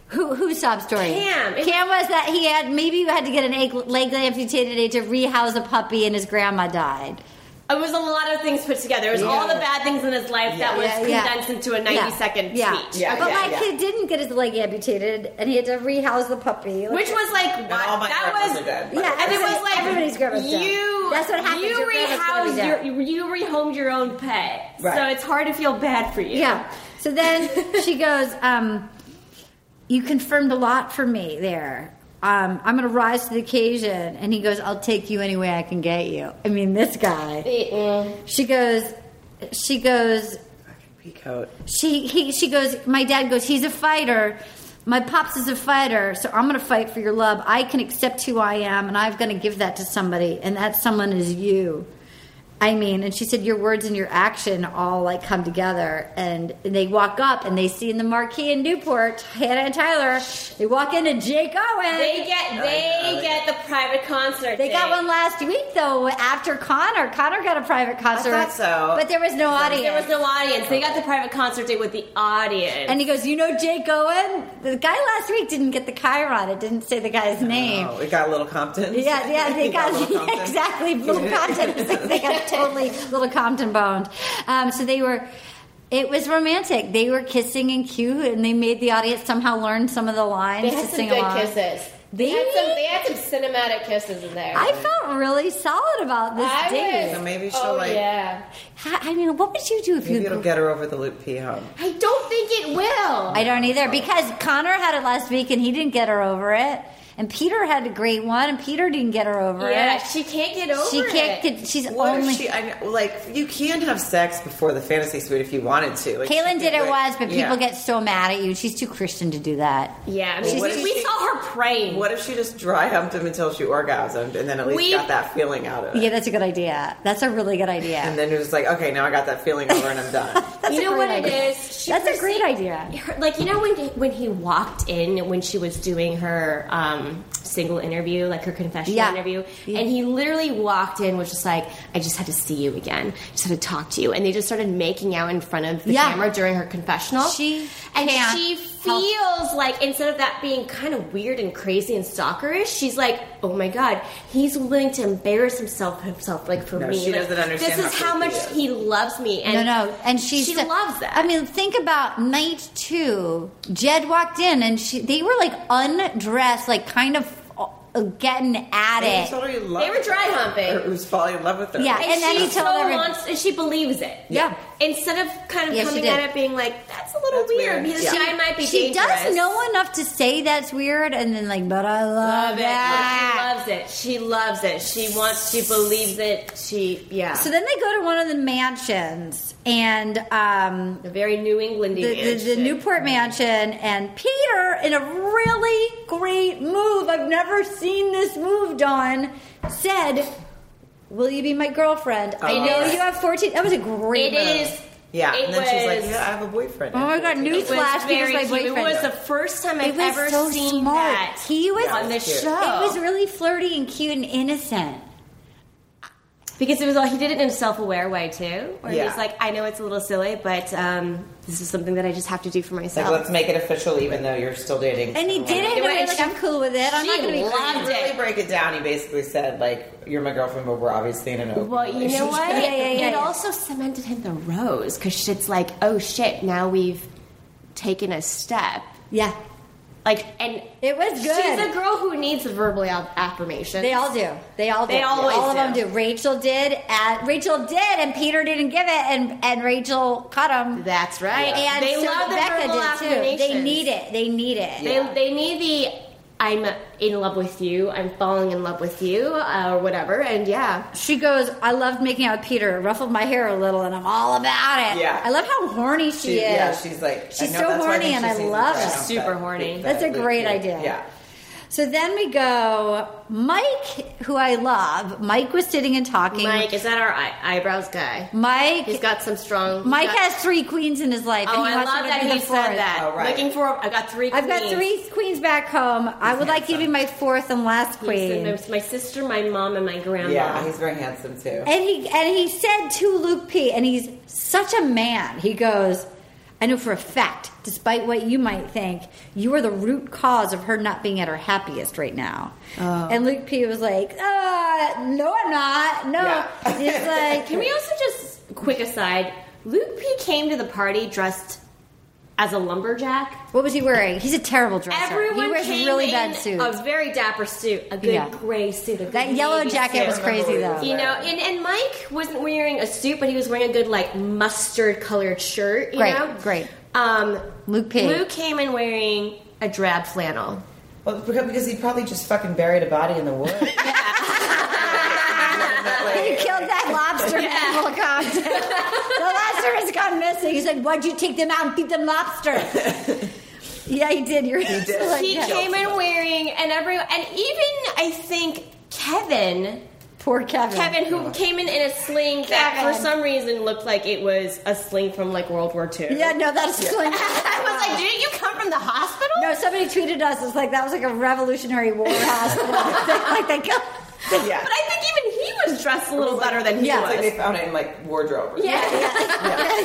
S2: who whose sob story?
S5: Cam.
S2: Cam was that he had maybe you had to get an egg, leg amputated to rehouse a puppy, and his grandma died.
S5: It was a lot of things put together. It was all the bad things in his life that was
S2: Yeah, yeah.
S5: condensed into a ninety-second
S2: yeah.
S5: speech.
S3: Yeah,
S2: but
S3: yeah,
S2: my
S3: yeah.
S2: kid didn't get his leg amputated, and he had to rehouse the puppy.
S5: Which was like what?
S3: all my
S5: that
S3: grandmas
S5: was
S3: are dead, by
S2: yeah,
S5: and it was
S2: everybody-
S5: like
S2: everybody's grandma's dead.
S5: You
S2: That's what happens,
S5: You
S2: your grandma's gonna be
S5: rehoused
S2: dead.
S5: your you rehomed your own pet, so
S3: Right.
S5: it's hard to feel bad for you.
S2: yeah. So then she goes, um, "You confirmed a lot for me there. Um, I'm going to rise to the occasion." And he goes, "I'll take you any way I can get you." I mean, this guy. She goes, she goes,
S3: Peacoat.
S2: she he she goes my dad goes he's a fighter My pops is a fighter, so I'm going to fight for your love. I can accept who I am, and I'm going to give that to somebody, and that someone is you. I mean, and she said, Your words and your action all like come together. And they walk up and they see in the marquee in Newport, Hannah and Tyler, they walk into Jake Owen.
S5: They get they get the private concert.
S2: They got
S5: date.
S2: one last week though. After Connor, Connor got a private concert.
S3: thought so.
S2: but there was no audience.
S5: There was no audience. They got the private concert date with the audience.
S2: and he goes, you know, Jake Owen, the guy last week didn't get the Chiron. It didn't say the guy's name.
S3: Oh, it got Little Compton.
S2: Yeah, yeah, they
S3: It
S2: got,
S3: Little Compton.
S2: exactly little Compton. It's like they got totally little Compton boned. Um, so they were. It was romantic. They were kissing and cute, and they made the audience somehow learn some of the lines
S4: They
S2: to
S4: had some
S2: sing
S4: good
S2: along.
S4: kisses. They
S2: They-
S4: had some. They had some cinematic kisses in there.
S2: I felt really solid about this
S4: I
S2: date.
S4: was-
S3: So maybe she'll,
S4: oh,
S3: like-
S4: yeah.
S2: How- I mean, what would you do if you?
S3: Maybe it'll get her over the Luke P hump.
S4: I don't think it will.
S2: I don't
S3: Oh.
S2: either because Connor had it last week and he didn't get her over it, and Peter had a great one and Peter didn't get her over
S5: yeah,
S2: it.
S5: she can't get over
S2: she can't.
S5: it.
S2: get- She's
S3: What
S2: only.
S3: if she? I, know- like you can have sex before the fantasy suite if you wanted to. Like,
S2: Kaylin
S3: she
S2: did
S3: could,
S2: it
S3: like-
S2: once, but people
S3: yeah.
S2: get so mad at you. She's too Christian to do that.
S5: yeah, I mean,
S3: What if
S5: we, we
S3: she-
S5: saw her praying.
S3: What if she just dry humped him until she orgasmed, and then at least
S5: We-
S3: got that feeling out of it?
S2: Yeah, that's a good idea. That's a really good idea.
S3: And then it was like, okay, now I got that feeling over, and I'm done.
S2: that's
S5: you
S2: a
S5: know
S2: great
S5: what
S2: idea.
S5: it is? She
S2: That's a
S5: perce-
S2: great idea.
S5: her- like you know when when he walked in when she was doing her um, single interview, like her confessional
S2: Yeah.
S5: interview,
S2: Yeah.
S5: and he literally walked in was just like, "I just had to see you again, just had to talk to you," and they just started making out in front of the
S2: Yeah.
S5: camera during her confessional.
S2: She
S5: and
S2: can't
S5: she
S2: help-
S5: feels like instead of that being kind of weird and crazy and stalkerish, she's like, "Oh my god, he's willing to embarrass himself himself like for
S3: No,
S5: me."
S3: she
S5: Like,
S3: doesn't understand
S5: This is
S3: how
S5: how much
S3: creepy
S5: he loves me. And
S2: No, no, and she
S5: she
S2: said-
S5: loves that.
S2: I mean, think about night two. Jed walked in, and she they were like undressed, like kind of uh, getting at
S3: He
S2: it.
S3: told her he loved
S5: They were dry
S3: her.
S5: humping.
S3: Or he was falling in love with her.
S2: Yeah,
S5: and,
S2: And then
S5: she
S2: he told
S5: so
S2: every-
S5: wants, and she believes it.
S2: Yeah.
S5: Instead of kind of
S2: Yeah, she
S5: coming
S2: did.
S5: at it being like, that's a little
S3: That's
S5: weird.
S3: weird.
S5: This
S3: Yeah.
S5: guy might be
S2: she
S5: dangerous.
S2: does know enough to say that's weird, and then like, but I love,
S5: Love it.
S2: that.
S5: She loves it. She loves it. She wants. She believes it. She yeah.
S2: so then they go to one of the mansions, and um,
S5: the very New
S2: the,
S5: Englandy
S2: the, the
S5: mansion.
S2: Newport Mansion, and Peter in a really great move. I've never seen this move done. Said, "Will you be my girlfriend? I
S3: Oh.
S2: know you have 14." That was a great.
S5: It
S2: move.
S5: is.
S3: Yeah,
S5: It
S3: and then she's like,
S5: was-
S3: yeah, I have a boyfriend.
S2: Oh my God,
S5: It was
S2: Flash, he was
S5: very
S2: my
S5: cute. It
S2: boyfriend.
S5: was the first time
S2: It
S5: I've
S2: was
S5: ever
S2: so
S5: seen
S2: smart.
S5: that.
S2: He was
S5: on the
S3: It was
S5: show.
S2: It was really flirty and cute and innocent.
S5: Because it was all he did it in a self-aware way too, where
S3: Yeah.
S5: he's like, "I know it's a little silly, but um, this is something that I just have to do for myself."
S3: Like, let's make it official, even though you're still dating.
S2: And he
S3: someone.
S2: did it. in a
S5: Yeah,
S2: way
S5: and
S2: like,
S5: she-
S2: I'm cool with it. I'm
S5: she
S2: not going to be.
S5: loved
S2: crazy.
S3: If you really break it down, he basically said, like, you're my girlfriend, but we're obviously in an open
S5: well, you know
S3: relationship.
S5: what?
S2: Yeah, yeah, yeah,
S5: It
S2: yeah.
S5: also cemented him the rose because it's like, oh shit, now we've taken a step.
S2: Yeah,
S5: Like, and
S2: It was good.
S5: She's a girl who needs the verbal al- affirmation.
S2: They all do. They all do.
S5: They always
S2: all of them
S5: do.
S2: do. Rachel did. Uh, Rachel did, and Peter didn't give it, and and Rachel caught him.
S5: That's right.
S2: And
S5: they
S2: so
S5: love
S2: Becca
S5: the verbal
S2: did too. They
S5: affirmations.
S2: need it. They need it.
S5: They, they need the I'm in love with you. I'm falling in love with you, uh, or whatever. And yeah,
S2: She goes, I loved making out with Peter. It ruffled my hair a little, and I'm all about it.
S3: Yeah.
S2: I love how horny she,
S3: She-
S2: is.
S3: yeah, she's like,
S2: she's
S3: I
S2: so
S3: know, that's why I
S2: horny,
S3: think
S2: and
S3: she
S2: I
S3: sees
S2: love
S3: the
S2: it.
S3: brown
S5: Super
S3: fat-
S5: horny.
S3: fat
S2: That's a
S3: Luke
S2: great
S3: P.
S2: idea.
S3: Yeah.
S2: So then we go, Mike, who I love. Mike was sitting and talking.
S5: Mike, is that our eye- eyebrows guy?
S2: Mike,
S5: He's got some strong.
S2: Mike
S5: he's got-
S2: has three queens in his life.
S5: Oh,
S2: and he
S5: I
S2: wants her
S5: love
S2: to
S5: that
S2: be the
S5: he said
S2: fourth.
S5: that.
S3: Oh, right.
S5: Looking for, I've got three.
S2: I've got
S5: queens.
S2: three queens back home. I would like you to be my fourth and last
S5: He's-
S2: queen.
S5: there's my sister, my mom, and my grandma.
S3: Yeah, he's very handsome, too.
S2: And he and he said to Luke P, and he's such a man. He goes, I know for a fact, despite what you might think, you are the root cause of her not being at her happiest right now. And Luke P was like, uh, no, I'm not. No.
S3: Yeah.
S2: It's like
S5: Can we also just quick aside? Luke P came to the party dressed as a lumberjack.
S2: what was he wearing? He's a terrible dresser.
S5: Everyone
S2: he wears
S5: came
S2: really
S5: in
S2: bad suits.
S5: A very dapper suit, a good
S2: Yeah.
S5: gray suit. A good
S2: that yellow
S5: navy
S2: jacket
S5: suit.
S2: was crazy though.
S5: You know, and, and Mike wasn't wearing a suit, but he was wearing a good like mustard colored shirt. You
S2: Great,
S5: know?
S2: great.
S5: Um,
S2: Luke P.
S5: Luke came in wearing a drab flannel.
S3: Well, because because he probably just fucking buried a body in the woods.
S2: You killed that lobster man, Will Compton. The lobster has gone missing. He's like, why'd you take them out and feed them lobster? Yeah, he did. You're
S3: did.
S2: absolutely
S5: He
S2: right.
S5: came in wearing, and every, and even I think Kevin,
S2: Poor Kevin.
S5: Kevin, who came in in a sling that
S2: Oh Kevin.
S5: for some reason looked like it was a sling from like World War II.
S2: Yeah, no, that's like.
S5: I was like, didn't you come from the hospital?
S2: No, somebody tweeted us. It's like that was like a Revolutionary War hospital. like they killed.
S3: Yeah.
S5: But I think even he was dressed a little better than he
S2: Yeah.
S3: It's like
S5: was.
S3: they found it in like wardrobe. Or
S5: Yeah.
S2: Yeah,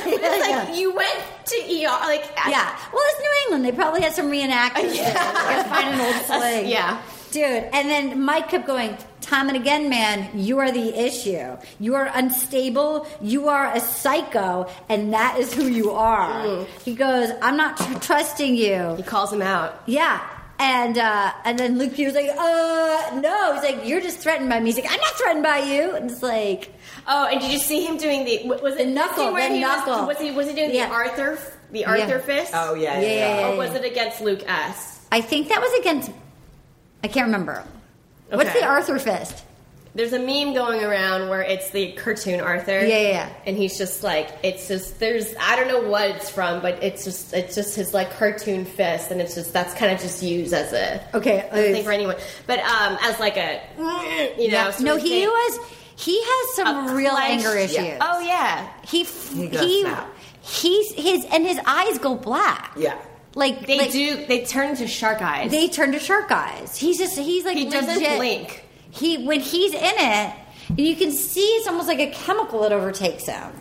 S5: It's
S2: yeah.
S5: like you went to ER, like
S2: Yeah. Well, it's New England. They probably had some reenactors. Yeah. Gotta find an old sling.
S5: yeah.
S2: Dude, and then Mike kept going, time and again, man, you are the issue. You are unstable. You are a psycho, and that is who you are.
S5: Mm.
S2: He goes, I'm not tr- trusting you.
S5: He calls him out.
S2: Yeah. And uh, and then Luke Pugh was like, uh, no. He's like, you're just threatened by me. He's like, I'm not threatened by you. And it's like,
S5: Oh, and did you see him doing the wa- was
S2: The
S5: it
S2: knuckle,
S5: see where
S2: the
S5: he was-
S2: knuckle.
S5: Was, he was he doing
S2: Yeah.
S5: the Arthur the Arthur fist?
S3: Oh yeah. Yeah.
S2: Yeah, yeah, yeah.
S5: Or was it against Luke S?
S2: I think that was against, I can't remember. What's
S5: Okay.
S2: the Arthur fist?
S5: There's a meme going around where it's the cartoon Arthur.
S2: Yeah, yeah, yeah.
S5: And he's just like it's just there's I don't know what it's from, but it's just it's just his like cartoon fist, and it's just that's kind of just used as a
S2: Okay,
S5: I don't
S2: uh,
S5: think for anyone, but um as like a you know sort
S2: no,
S5: of
S2: he
S5: thing.
S2: was. He has some
S5: A
S2: real
S5: clenched-
S2: anger issues.
S3: yeah.
S5: Oh yeah,
S2: he f-
S3: He
S2: he,
S3: does
S2: he
S3: snap.
S2: he's his and his eyes go black.
S3: Yeah.
S2: like
S5: they
S2: like,
S5: do. They turn into shark eyes.
S2: They turn to shark eyes. He's just he's like
S5: He doesn't
S2: legit-
S5: blink.
S2: He when he's in it, and you can see it's almost like a chemical that overtakes him.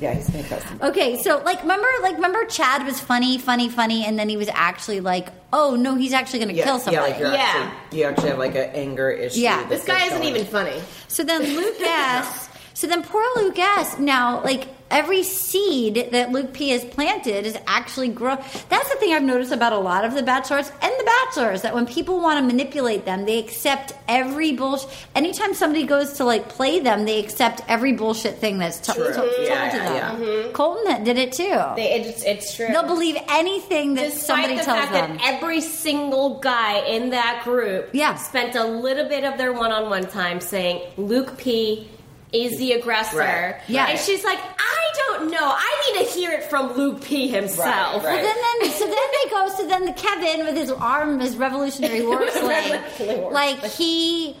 S3: Yeah. He's gonna cuss.
S2: Okay, so like remember like remember Chad was funny, funny, funny, and then he was actually like, oh no, he's actually going to
S3: Yeah,
S2: kill somebody.
S3: Yeah, like you're
S5: Yeah.
S3: Actually, you actually have like an anger issue.
S2: Yeah.
S3: that's
S5: this guy
S3: like,
S5: isn't
S3: going-
S5: even funny.
S2: So then Luke S. so then poor Luke S. Now, like every seed that Luke P has planted is actually grow. That's the thing I've noticed about a lot of the bachelors and the bachelors that when people want to manipulate them, they accept every bullshit. Anytime somebody goes to like play them, they accept every bullshit thing that's t-
S3: True.
S2: t- told
S3: Yeah,
S2: to
S3: yeah,
S2: them. Colton did it too.
S5: Mm-hmm. They, it's, it's true.
S2: They'll believe anything that
S5: Despite
S2: somebody
S5: the
S2: tells
S5: fact
S2: them.
S5: that every single guy in that group
S2: Yeah.
S5: spent a little bit of their one-on-one time saying Luke P is the aggressor.
S3: Right.
S2: Yeah.
S5: And she's like, I don't know. I need to hear it from Luke P himself.
S3: Right,
S2: Well,
S3: right.
S2: then, then so then they go. So then the Kevin with his arm, his Revolutionary War
S5: Revolutionary
S2: sling,
S5: War
S2: like he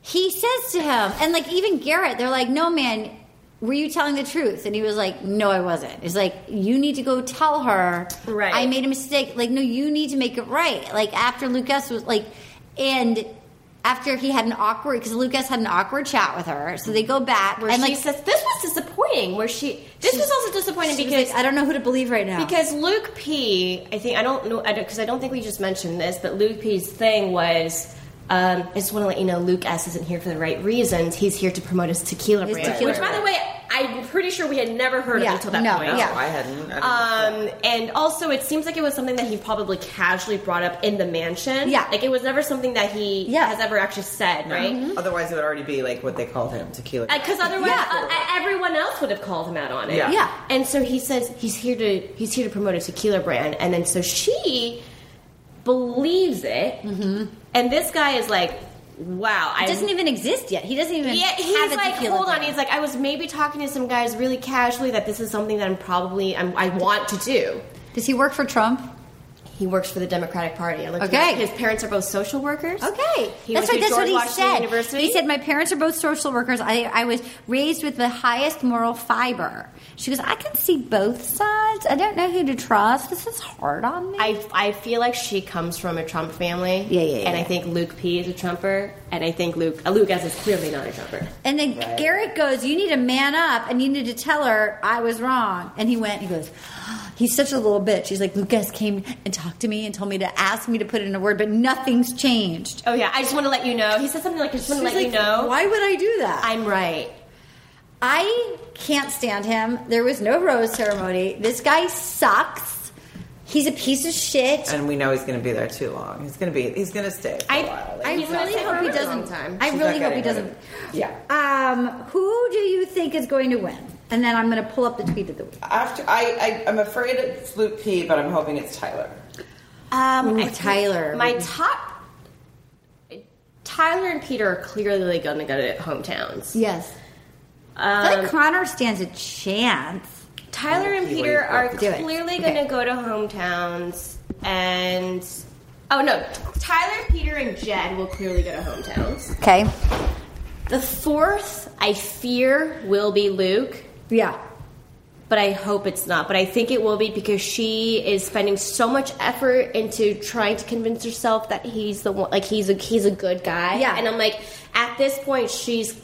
S2: he says to him, and like even Garrett, they're like, "No, man, were you telling the truth?" And he was like, "No, I wasn't." He's like, "You need to go tell her,
S5: Right.
S2: I made a mistake. Like, no, you need to make it right." Like after Lucas was like, and. After he had an awkward, because Lucas had an awkward chat with her, so they go back
S5: Where
S2: and
S5: she
S2: like
S5: says, this was disappointing. Where she, this
S2: She-
S5: was also disappointing
S2: she was
S5: because
S2: like, I don't know who to believe right now
S5: Because Luke P, I think I don't know, I don't because I don't think we just mentioned this, but Luke P's thing was. Um, I just want to let you know, Luke S isn't here for the right reasons. He's here to promote his tequila
S2: His
S5: brand,
S2: tequila
S5: which, by the way, I'm pretty sure we had never heard
S2: Yeah,
S5: of until that
S2: no,
S5: point.
S2: yeah.
S3: Oh, I hadn't. I didn't-
S5: Um, and also, it seems like it was something that he probably casually brought up in the mansion.
S2: Yeah.
S5: like it was never something that he
S2: Yeah. Mm-hmm.
S5: has ever actually said, right?
S3: Otherwise, it would already be like what they called him, tequila.
S5: because otherwise
S2: Yeah.
S5: uh, uh, everyone else would have called him out on it.
S3: Yeah.
S2: Yeah.
S5: And so he says he's here to he's here to promote a tequila brand, and then so she believes it, and this guy is like, "Wow, I
S2: It doesn't even exist yet. He doesn't even.
S5: yeah,
S2: have
S5: he's
S2: a
S5: like,
S2: tequila
S5: hold on.
S2: brand.
S5: He's like, I was maybe talking to some guys really casually that this is something that I'm probably I'm, I want to do.
S2: does he work for Trump?
S5: He works for the Democratic Party. I looked it
S2: Okay.
S5: up. his parents are both social workers.
S2: Okay,
S5: He
S2: that's right.
S5: went to
S2: That's what
S5: George
S2: he
S5: Washington
S2: said.
S5: University.
S2: He said my parents are both social workers. I, I was raised with the highest moral fiber. She goes, I can see both sides. I don't know who to trust. This is hard on me.
S5: I, I feel like she comes from a Trump family.
S2: Yeah, yeah, yeah.
S5: And I think Luke P is a Trumper, and I think Luke uh, Luke S is clearly not a Trumper.
S2: and then Garrett goes, you need to man up and you need to tell her I was wrong. And he went. He goes. He's such a little bitch. He's like, Lucas came and talked to me and told me to ask me to put in a word, but nothing's changed.
S5: Oh yeah, I just want to let you know. He said something like, "I just want to
S2: She's
S5: let you
S2: like,
S5: know
S2: Why would I do that?
S5: I'm right."
S2: I can't stand him. There was no rose ceremony. This guy sucks. He's a piece of shit.
S3: and we know he's going to be there too long. He's going to be. He's going to stay. For
S5: I-
S3: a while.
S2: I
S5: He's
S2: really
S5: not
S2: hope he
S5: staying for a long
S2: doesn't.
S5: time.
S2: I
S3: She's
S2: really
S3: not
S2: hope he
S3: getting
S2: doesn't.
S3: rid of it. Yeah.
S2: Um, who do you think is going to win? And then I'm going to pull up the tweet of the week.
S3: After I, I, I'm afraid it's Luke P, but I'm hoping it's Tyler.
S5: Um,
S2: Ooh,
S5: I think
S2: Tyler.
S5: My top. Tyler and Peter are clearly going to go to hometowns. Um,
S2: Yes. I feel like Connor stands a chance.
S5: Tyler and
S3: Milky
S5: Peter
S3: Way
S5: are
S3: coffee.
S8: Do it.
S5: clearly going to go to hometowns and. Oh no, Tyler, Peter, and Jed will clearly go to hometowns.
S8: Okay.
S5: The fourth, I fear, will be Luke,
S8: Yeah.
S5: but I hope it's not. But I think it will be because she is spending so much effort into trying to convince herself that he's the one, like he's a he's a good guy.
S8: Yeah.
S5: and I'm like, at this point, she's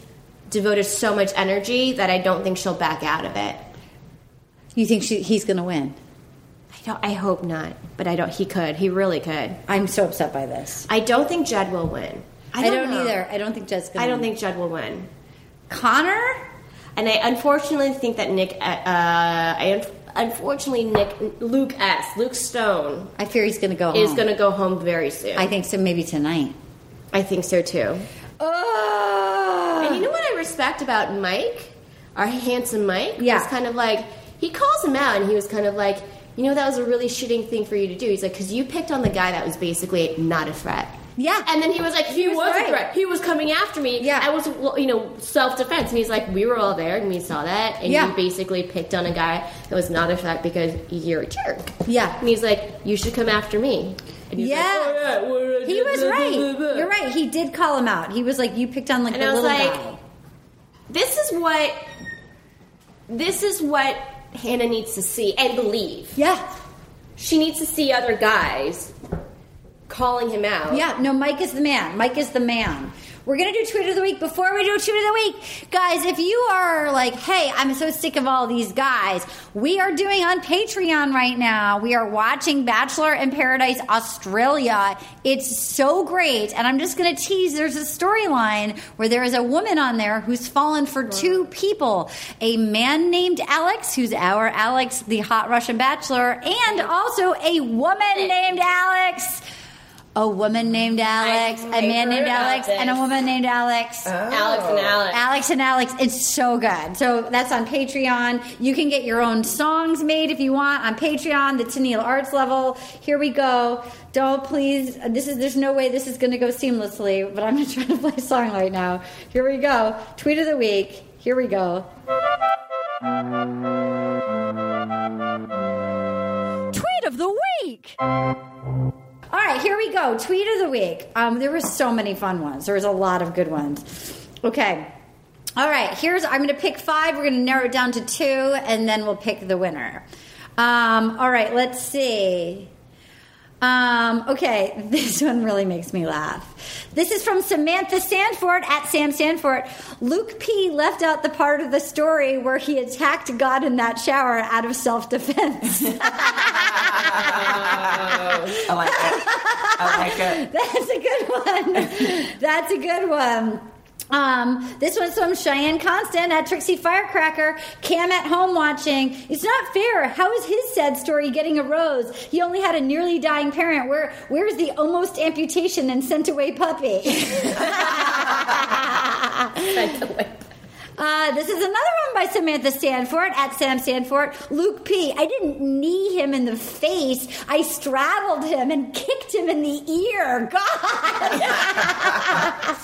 S5: devoted so much energy that I don't think she'll back out of it.
S2: You think she, he's going to win?
S5: I don't. I hope not, but I don't. He could. He really could.
S2: I'm so upset by this.
S5: I don't think Jed will win.
S2: I don't,
S5: know.
S2: either. I don't think Jed's going to
S5: I don't think Jed will win.
S2: Connor?
S5: And I unfortunately think that Nick. Uh, I un- unfortunately Nick Luke S. Luke Stone
S2: I fear he's going to go
S5: is
S2: home.
S5: going to go home very soon.
S2: Oh. I think so, maybe tonight.
S5: I think so too.
S2: Oh!
S5: And you know what I respect about Mike, our handsome Mike,
S2: Yeah.
S5: was kind of like he calls him out, and he was kind of like, you know, that was a really shitting thing for you to do. He's like, because you picked on the guy that was basically not a threat.
S2: Yeah.
S5: And then he was like, he, was,
S2: was
S5: a
S2: right.
S5: threat. He was coming after me.
S2: Yeah.
S5: I was, well, you know, self defense. And he's like, we were all there and we saw that, and
S2: Yeah.
S5: you basically picked on a guy that was not a threat because you're a jerk.
S2: Yeah.
S5: And he's like, you should come after me. And he's like,
S2: Yeah.
S5: "Oh, well, I
S2: He
S5: did
S2: was
S5: blah, blah,
S2: right.
S5: blah, blah."
S2: You're right. He did call him out. He was like, "You picked on like
S5: And
S2: the
S5: I was
S2: little
S5: like-
S2: guy."
S5: this is what this is what Hannah needs to see and believe.
S2: Yeah,
S5: She needs to see other guys calling him out.
S2: yeah. No, Mike is the man. Mike is the man. We're gonna do tweet of the week before we do tweet of the week, guys. If you are like, "Hey, I'm so sick of all these guys," we are doing on Patreon right now. We are watching Bachelor in Paradise Australia. It's so great, and I'm just gonna tease. There's a storyline where there is a woman on there who's fallen for two people a man named Alex, who's our Alex, the hot Russian bachelor, and also a woman named Alex. A woman named Alex, a
S5: I've
S2: man
S5: heard
S2: named
S5: about
S2: Alex, and a
S5: this.
S2: woman named Alex.
S5: Alex
S2: Oh.
S5: and Alex.
S2: Alex and Alex. It's so good. So that's on Patreon. You can get your own songs made if you want on Patreon, the Tennille Arts level. Here we go. Don't please. This is. There's no way this is going to go seamlessly, but I'm going to try to play a song right now. Here we go. Tweet of the week. Here we go.
S9: Tweet of the week.
S2: All right, here we go. Tweet of the week. Um, there were so many fun ones. There was a lot of good ones. Okay. All right, here's I'm going to pick five. We're going to narrow it down to two, and then we'll pick the winner. Um, all right, let's see. Um, okay, this one really makes me laugh. This is from Samantha Sanford at Sam Sanford. Luke P left out the part of the story where he attacked God in that shower out of self defense.
S3: I like it.
S2: Ah.
S3: I like uh, it.
S2: That's a good one. That's a good one. Um, this one's from Cheyenne Constant at Trixie Firecracker. Cam at home watching. It's not fair. How is his sad story getting a rose? He only had a nearly dying parent. Where where's the almost amputation and sent away puppy? Uh, this is another one by Samantha Sanford at Sam Sanford. Luke P. I didn't knee him in the face. I straddled him and kicked him in the ear. God.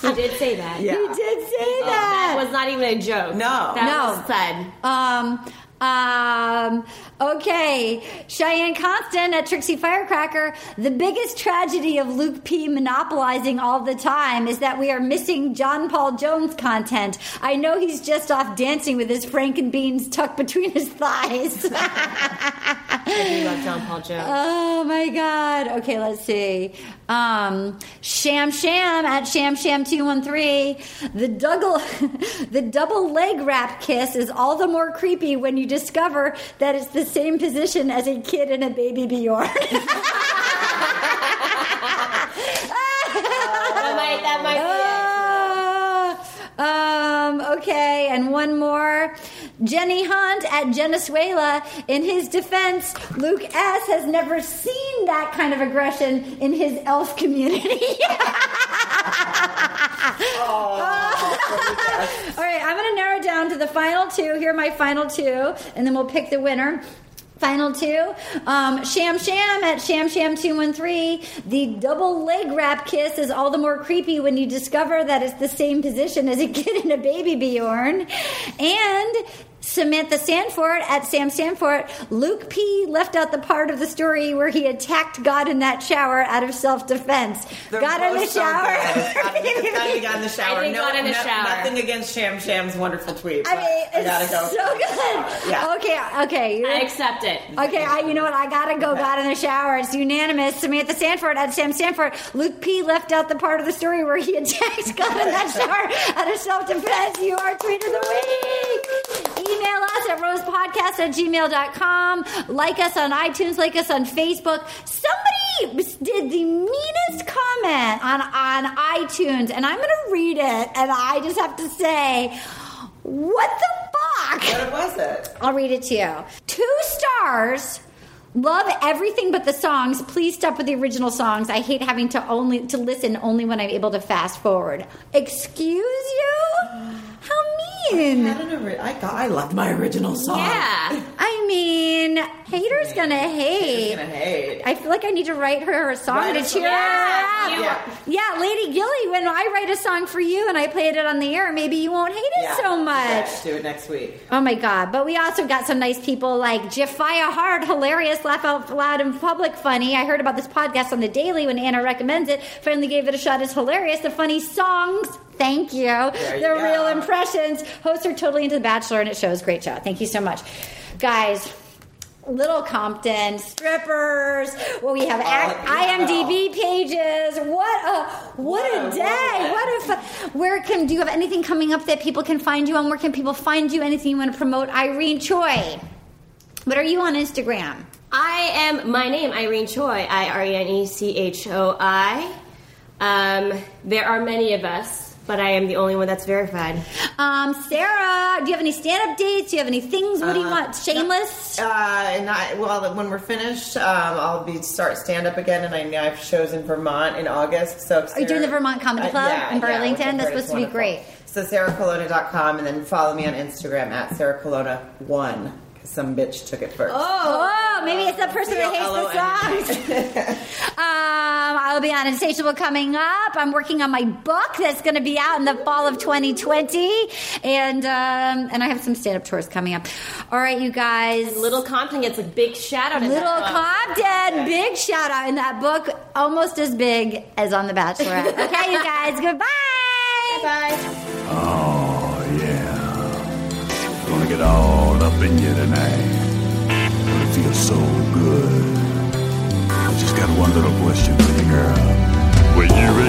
S5: He did say that.
S2: You did say
S5: Oh, That
S2: that.
S5: was not even a joke.
S3: No.
S5: That
S2: No.
S5: was said.
S2: Um, um, okay. Cheyenne Constant at Trixie Firecracker. The biggest tragedy of Luke P monopolizing all the time is that we are missing John Paul Jones content. I know he's just off dancing with his Frankenbeans tucked between his thighs.
S5: We love John Paul Jones.
S2: Oh my god. Okay, let's see. Um, Sham Sham at Sham Sham two one three. The double the double leg wrap kiss is all the more creepy when you discover that it's the same position as a kid and a baby Bjorn.
S5: that might. That might.
S2: um, okay, and one more. Jenny Hunt at Venezuela. In his defense, Luke S. has never seen that kind of aggression in his elf community. All right, I'm going to narrow it down to the final two. Here are my final two, and then we'll pick the winner. Final two, um, Sham Sham at Sham Sham two one three. The double leg wrap kiss is all the more creepy when you discover that it's the same position as a kid and a baby Bjorn, and Samantha Sanford at Sam Sanford. Luke P. left out the part of the story where he attacked God in that shower out of self defense. God in the
S3: both so
S2: shower.
S3: good. God- God got in the shower.
S5: I think
S3: no,
S5: God in the
S3: no-
S5: shower.
S3: Nothing against Sham Sham's wonderful tweet.
S2: I
S3: but
S2: mean,
S3: I gotta
S2: it's
S3: go.
S2: so good.
S3: Yeah.
S2: Okay, okay.
S5: I
S2: you're-
S5: accept it.
S2: Okay, I, you know what? I gotta go. God in the shower. It's unanimous. Samantha Sanford at Sam Sanford. Luke P left out the part of the story where he attacked God in that shower out of self defense. You are tweet of the week. Email us at rosepodcast at gmail.com. Like us on iTunes. Like us on Facebook. Somebody did the meanest comment on, on iTunes, and I'm gonna read it, and I just have to say, what the fuck?
S3: What was it?
S2: I'll read it to you. Two stars. Love everything but the songs. Please stop with the original songs. I hate having to only to listen only when I'm able to fast forward. Excuse you? How
S3: I
S2: mean.
S3: don't know. ri- I got. I loved my original song.
S5: Yeah.
S2: I mean, haters gonna
S3: It's
S2: hate.
S3: gonna hate.
S2: I feel like I need to write her a song
S3: Write
S2: to
S3: a
S2: cheer her
S3: song.
S2: up.
S3: Yeah, yeah.
S2: Yeah, Lady Gilly, when I write a song for you and I played it on the air, maybe you won't hate it
S3: Yeah.
S2: so much.
S3: Yeah, do it next week.
S2: Oh my god! But we also got some nice people like Jafia Hard, hilarious, laugh out loud in public, funny. I heard about this podcast on the daily when Anna recommends it. Finally gave it a shot. It's hilarious. The funny songs. Thank you.
S3: you
S2: the
S3: go.
S2: real impressions. Hosts are totally into The Bachelor, and it shows. Great show. Thank you so much, guys. Little Compton strippers. Well, we have act-
S3: yeah.
S2: IMDb pages. What a what,
S3: What
S2: a,
S3: a
S2: day!
S3: world.
S2: What a if, where can do you have anything coming up that people can find you on? Where can people find you? Anything you want to promote? Irene Choi. What are you on Instagram?
S5: I am my name Irene Choi. I R E N E C H O I. Um, there are many of us, but I am the only one that's verified.
S2: Um, Sarah, do you have any stand up dates? Do you have any things? What do you want? Shameless?
S3: Uh, and I, well, when we're finished, um, I'll be start stand up again, and I know I have shows in Vermont in August. So Uh,
S2: Are you doing the Vermont Comedy Club in
S3: which I've
S2: Burlington? That's
S3: heard
S2: supposed
S3: is
S2: to be great.
S3: wonderful. So sarahcolona.com, and then follow me on Instagram at sarahcolona one because some bitch took it first.
S2: Oh, maybe it's the person that hates the songs. um, I'll be on Insatiable coming up. I'm working on my book that's going to be out in the fall of 2020, and um, and I have some stand up tours coming up. All right, you guys.
S5: Little Uh-huh. Compton gets a big shout out. in
S2: Little
S5: that book.
S2: Compton, big shout out in that book, almost as big as on The Bachelorette. Okay, you guys, goodbye.
S10: Oh, yeah. Gonna get all up in you tonight. It feels so good. I just got one little question for you, girl. Will you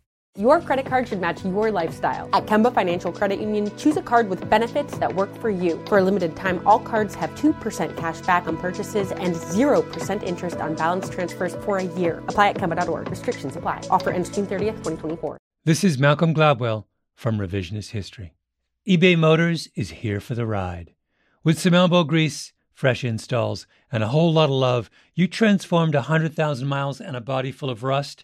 S11: Your credit card should match your lifestyle. At Kemba Financial Credit Union, choose a card with benefits that work for you. For a limited time, all cards have 2% cash back on purchases and 0% interest on balance transfers for a year. Apply at Kemba.org. Restrictions apply. Offer ends June 30th, 2024.
S12: This is Malcolm Gladwell from Revisionist History. eBay Motors is here for the ride. With some elbow grease, fresh installs, and a whole lot of love, you transformed 100,000 miles and a body full of rust